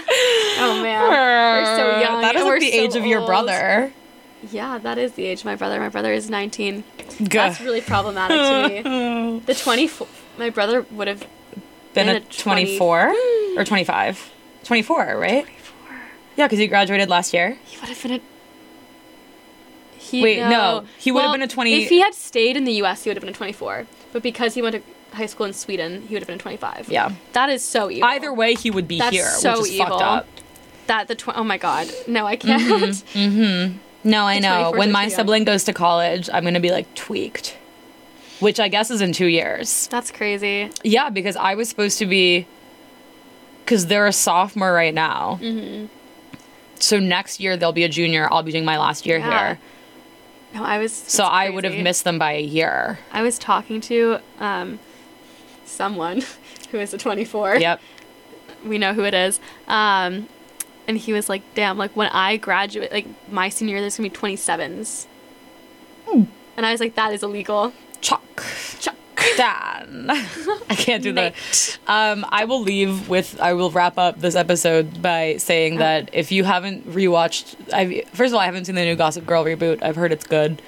[SPEAKER 1] oh man, we're so young. and
[SPEAKER 2] That is like
[SPEAKER 1] we're
[SPEAKER 2] the
[SPEAKER 1] so
[SPEAKER 2] age of your
[SPEAKER 1] old.
[SPEAKER 2] brother.
[SPEAKER 1] Yeah, that is the age of my brother. My brother is 19.
[SPEAKER 2] Good.
[SPEAKER 1] That's really problematic to me. The 24. My brother would have.
[SPEAKER 2] Been
[SPEAKER 1] been
[SPEAKER 2] a
[SPEAKER 1] a
[SPEAKER 2] 24 or 25. 24, right? Yeah, because he graduated last year.
[SPEAKER 1] He would have been a. He,
[SPEAKER 2] Wait, no, he would have been a 20
[SPEAKER 1] If he had stayed in the U.S., he would have been a 24. But because he went to high school in Sweden, he would have been a 25.
[SPEAKER 2] Yeah.
[SPEAKER 1] That is so evil.
[SPEAKER 2] Either way, he would be
[SPEAKER 1] That's
[SPEAKER 2] here,
[SPEAKER 1] so
[SPEAKER 2] which is
[SPEAKER 1] evil.
[SPEAKER 2] fucked up. Mm-hmm.
[SPEAKER 1] That the tw- oh my god no I can't
[SPEAKER 2] No, I
[SPEAKER 1] The
[SPEAKER 2] know.
[SPEAKER 1] 24s
[SPEAKER 2] When
[SPEAKER 1] are
[SPEAKER 2] my
[SPEAKER 1] too young.
[SPEAKER 2] sibling goes to college, I'm going to be like tweaked, which I guess is in two years.
[SPEAKER 1] that's crazy
[SPEAKER 2] Yeah, because I was supposed to be, because they're a sophomore right now.
[SPEAKER 1] Mm-hmm.
[SPEAKER 2] So next year they'll be a junior. I'll be doing my last year
[SPEAKER 1] Yeah.
[SPEAKER 2] here.
[SPEAKER 1] no I was
[SPEAKER 2] So
[SPEAKER 1] that's
[SPEAKER 2] I would have
[SPEAKER 1] crazy.
[SPEAKER 2] missed them by a year.
[SPEAKER 1] I was talking to um someone who is a 24
[SPEAKER 2] Yep.
[SPEAKER 1] we know who it is um and he was like damn like when I graduate like my senior year there's gonna be 27s and I was like that is illegal
[SPEAKER 2] Hmm. Chuck.
[SPEAKER 1] Chuck.
[SPEAKER 2] Dan. I can't do that. Um, I will leave with, I will wrap up this episode by saying that if you haven't rewatched, I've, first of all, I haven't seen the new Gossip Girl reboot. I've heard it's good.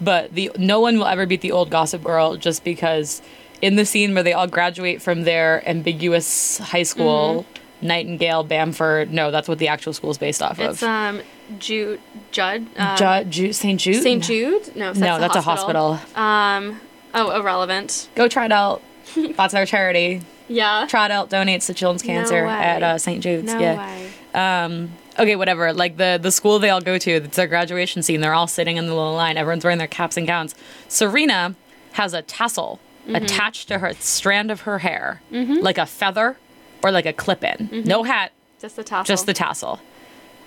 [SPEAKER 2] But the no one will ever beat the old Gossip Girl just because in the scene where they all graduate from their ambiguous high school, Nightingale, Bamford, no, that's what the actual school is based off
[SPEAKER 1] it's
[SPEAKER 2] of.
[SPEAKER 1] um Jude Judd um,
[SPEAKER 2] Ju- Ju- St. Jude?
[SPEAKER 1] St Jude no so
[SPEAKER 2] No, that's a
[SPEAKER 1] hospital um oh irrelevant
[SPEAKER 2] Go try it out. That's our charity.
[SPEAKER 1] yeah
[SPEAKER 2] Trot out donates to children's cancer
[SPEAKER 1] way.
[SPEAKER 2] at uh, St. Jude's.
[SPEAKER 1] no
[SPEAKER 2] yeah.
[SPEAKER 1] way
[SPEAKER 2] Um, okay, whatever. Like the the school they all go to, it's their graduation scene. They're all sitting in the little line. Everyone's wearing their caps and gowns. Serena has a tassel
[SPEAKER 1] Mm-hmm.
[SPEAKER 2] attached to her strand of her hair,
[SPEAKER 1] Mm-hmm.
[SPEAKER 2] like a feather or like a clip in. No hat,
[SPEAKER 1] just the tassel
[SPEAKER 2] just the tassel.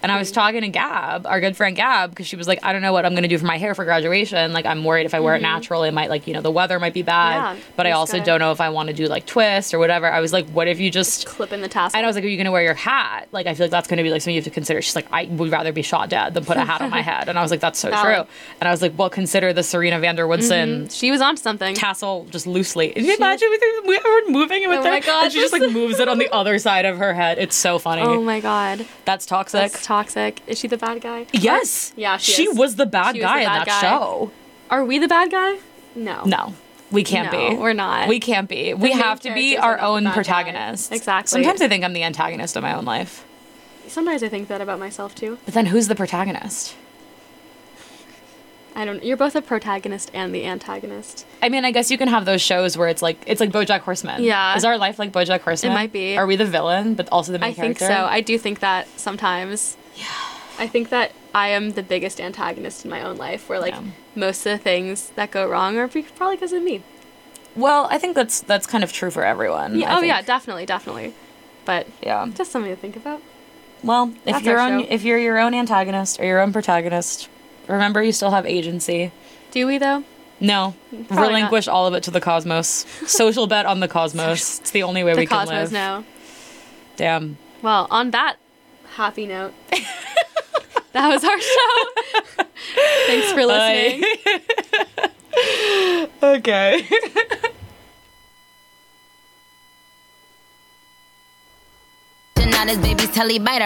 [SPEAKER 2] And I was talking to Gab, our good friend Gab, because she was like, I don't know what I'm gonna do for my hair for graduation. Like, I'm worried if I wear it natural, it might like you know the weather might be bad.
[SPEAKER 1] Mm-hmm. Yeah,
[SPEAKER 2] but I
[SPEAKER 1] you just
[SPEAKER 2] also
[SPEAKER 1] gotta-
[SPEAKER 2] don't know if I want to do like twists or whatever. I was like, what if you just
[SPEAKER 1] clipping the tassel.
[SPEAKER 2] and I was like, "Are you gonna wear your hat?" Like, I feel like that's gonna be like something you have to consider. She's like, "I would rather be shot dead than put a hat on my head." And I was like, "That's so
[SPEAKER 1] Valid. Mm-hmm.
[SPEAKER 2] true." And I was like, "Well, consider the Serena Vanderwoodson
[SPEAKER 1] she was onto something.
[SPEAKER 2] tassel just loosely." Can you imagine with her- with her moving it with
[SPEAKER 1] Oh
[SPEAKER 2] her?
[SPEAKER 1] my God,
[SPEAKER 2] and she just like
[SPEAKER 1] this-
[SPEAKER 2] moves it on the other side of her head. It's so funny.
[SPEAKER 1] oh my god,
[SPEAKER 2] that's toxic.
[SPEAKER 1] that's toxic. Is she the bad guy?
[SPEAKER 2] yes.
[SPEAKER 1] Yeah, she is.
[SPEAKER 2] was the bad
[SPEAKER 1] She was
[SPEAKER 2] guy
[SPEAKER 1] the
[SPEAKER 2] in
[SPEAKER 1] bad
[SPEAKER 2] that
[SPEAKER 1] guy.
[SPEAKER 2] show.
[SPEAKER 1] Are we the bad guy? No.
[SPEAKER 2] No, we can't
[SPEAKER 1] No,
[SPEAKER 2] be.
[SPEAKER 1] we're not.
[SPEAKER 2] We can't be. we
[SPEAKER 1] main
[SPEAKER 2] have to be
[SPEAKER 1] characters are not
[SPEAKER 2] our
[SPEAKER 1] the
[SPEAKER 2] own
[SPEAKER 1] bad guy.
[SPEAKER 2] protagonists.
[SPEAKER 1] Exactly.
[SPEAKER 2] Sometimes I think I'm the antagonist of my own life.
[SPEAKER 1] Sometimes I think that about myself too.
[SPEAKER 2] But then who's the protagonist?
[SPEAKER 1] I don't. You're both the protagonist and the antagonist.
[SPEAKER 2] I mean, I guess you can have those shows where it's like it's like BoJack Horseman.
[SPEAKER 1] Yeah.
[SPEAKER 2] Is our life like BoJack Horseman?
[SPEAKER 1] might be.
[SPEAKER 2] Are we the villain, but also the main
[SPEAKER 1] I think
[SPEAKER 2] character?
[SPEAKER 1] so. I do think that sometimes. Yeah. I think that I am the biggest antagonist in my own life, where like
[SPEAKER 2] Yeah.
[SPEAKER 1] most of the things that go wrong are be- probably because of me.
[SPEAKER 2] well, I think that's that's kind of true for everyone.
[SPEAKER 1] Yeah,
[SPEAKER 2] I
[SPEAKER 1] oh yeah,
[SPEAKER 2] think.
[SPEAKER 1] definitely, definitely. But
[SPEAKER 2] Yeah.
[SPEAKER 1] just something to think about.
[SPEAKER 2] Well, if
[SPEAKER 1] That's
[SPEAKER 2] you're
[SPEAKER 1] our
[SPEAKER 2] on,
[SPEAKER 1] show.
[SPEAKER 2] if you're your own antagonist or your own protagonist, remember you still have agency.
[SPEAKER 1] Do we though?
[SPEAKER 2] No,
[SPEAKER 1] not.
[SPEAKER 2] relinquish all of it to the cosmos. Social bet on the cosmos. It's the only way
[SPEAKER 1] The
[SPEAKER 2] we can
[SPEAKER 1] cosmos
[SPEAKER 2] live.
[SPEAKER 1] now.
[SPEAKER 2] Damn.
[SPEAKER 1] Well, on that happy note, that was our show. Thanks for listening.
[SPEAKER 2] Okay.
[SPEAKER 3] Not his baby's telly biter.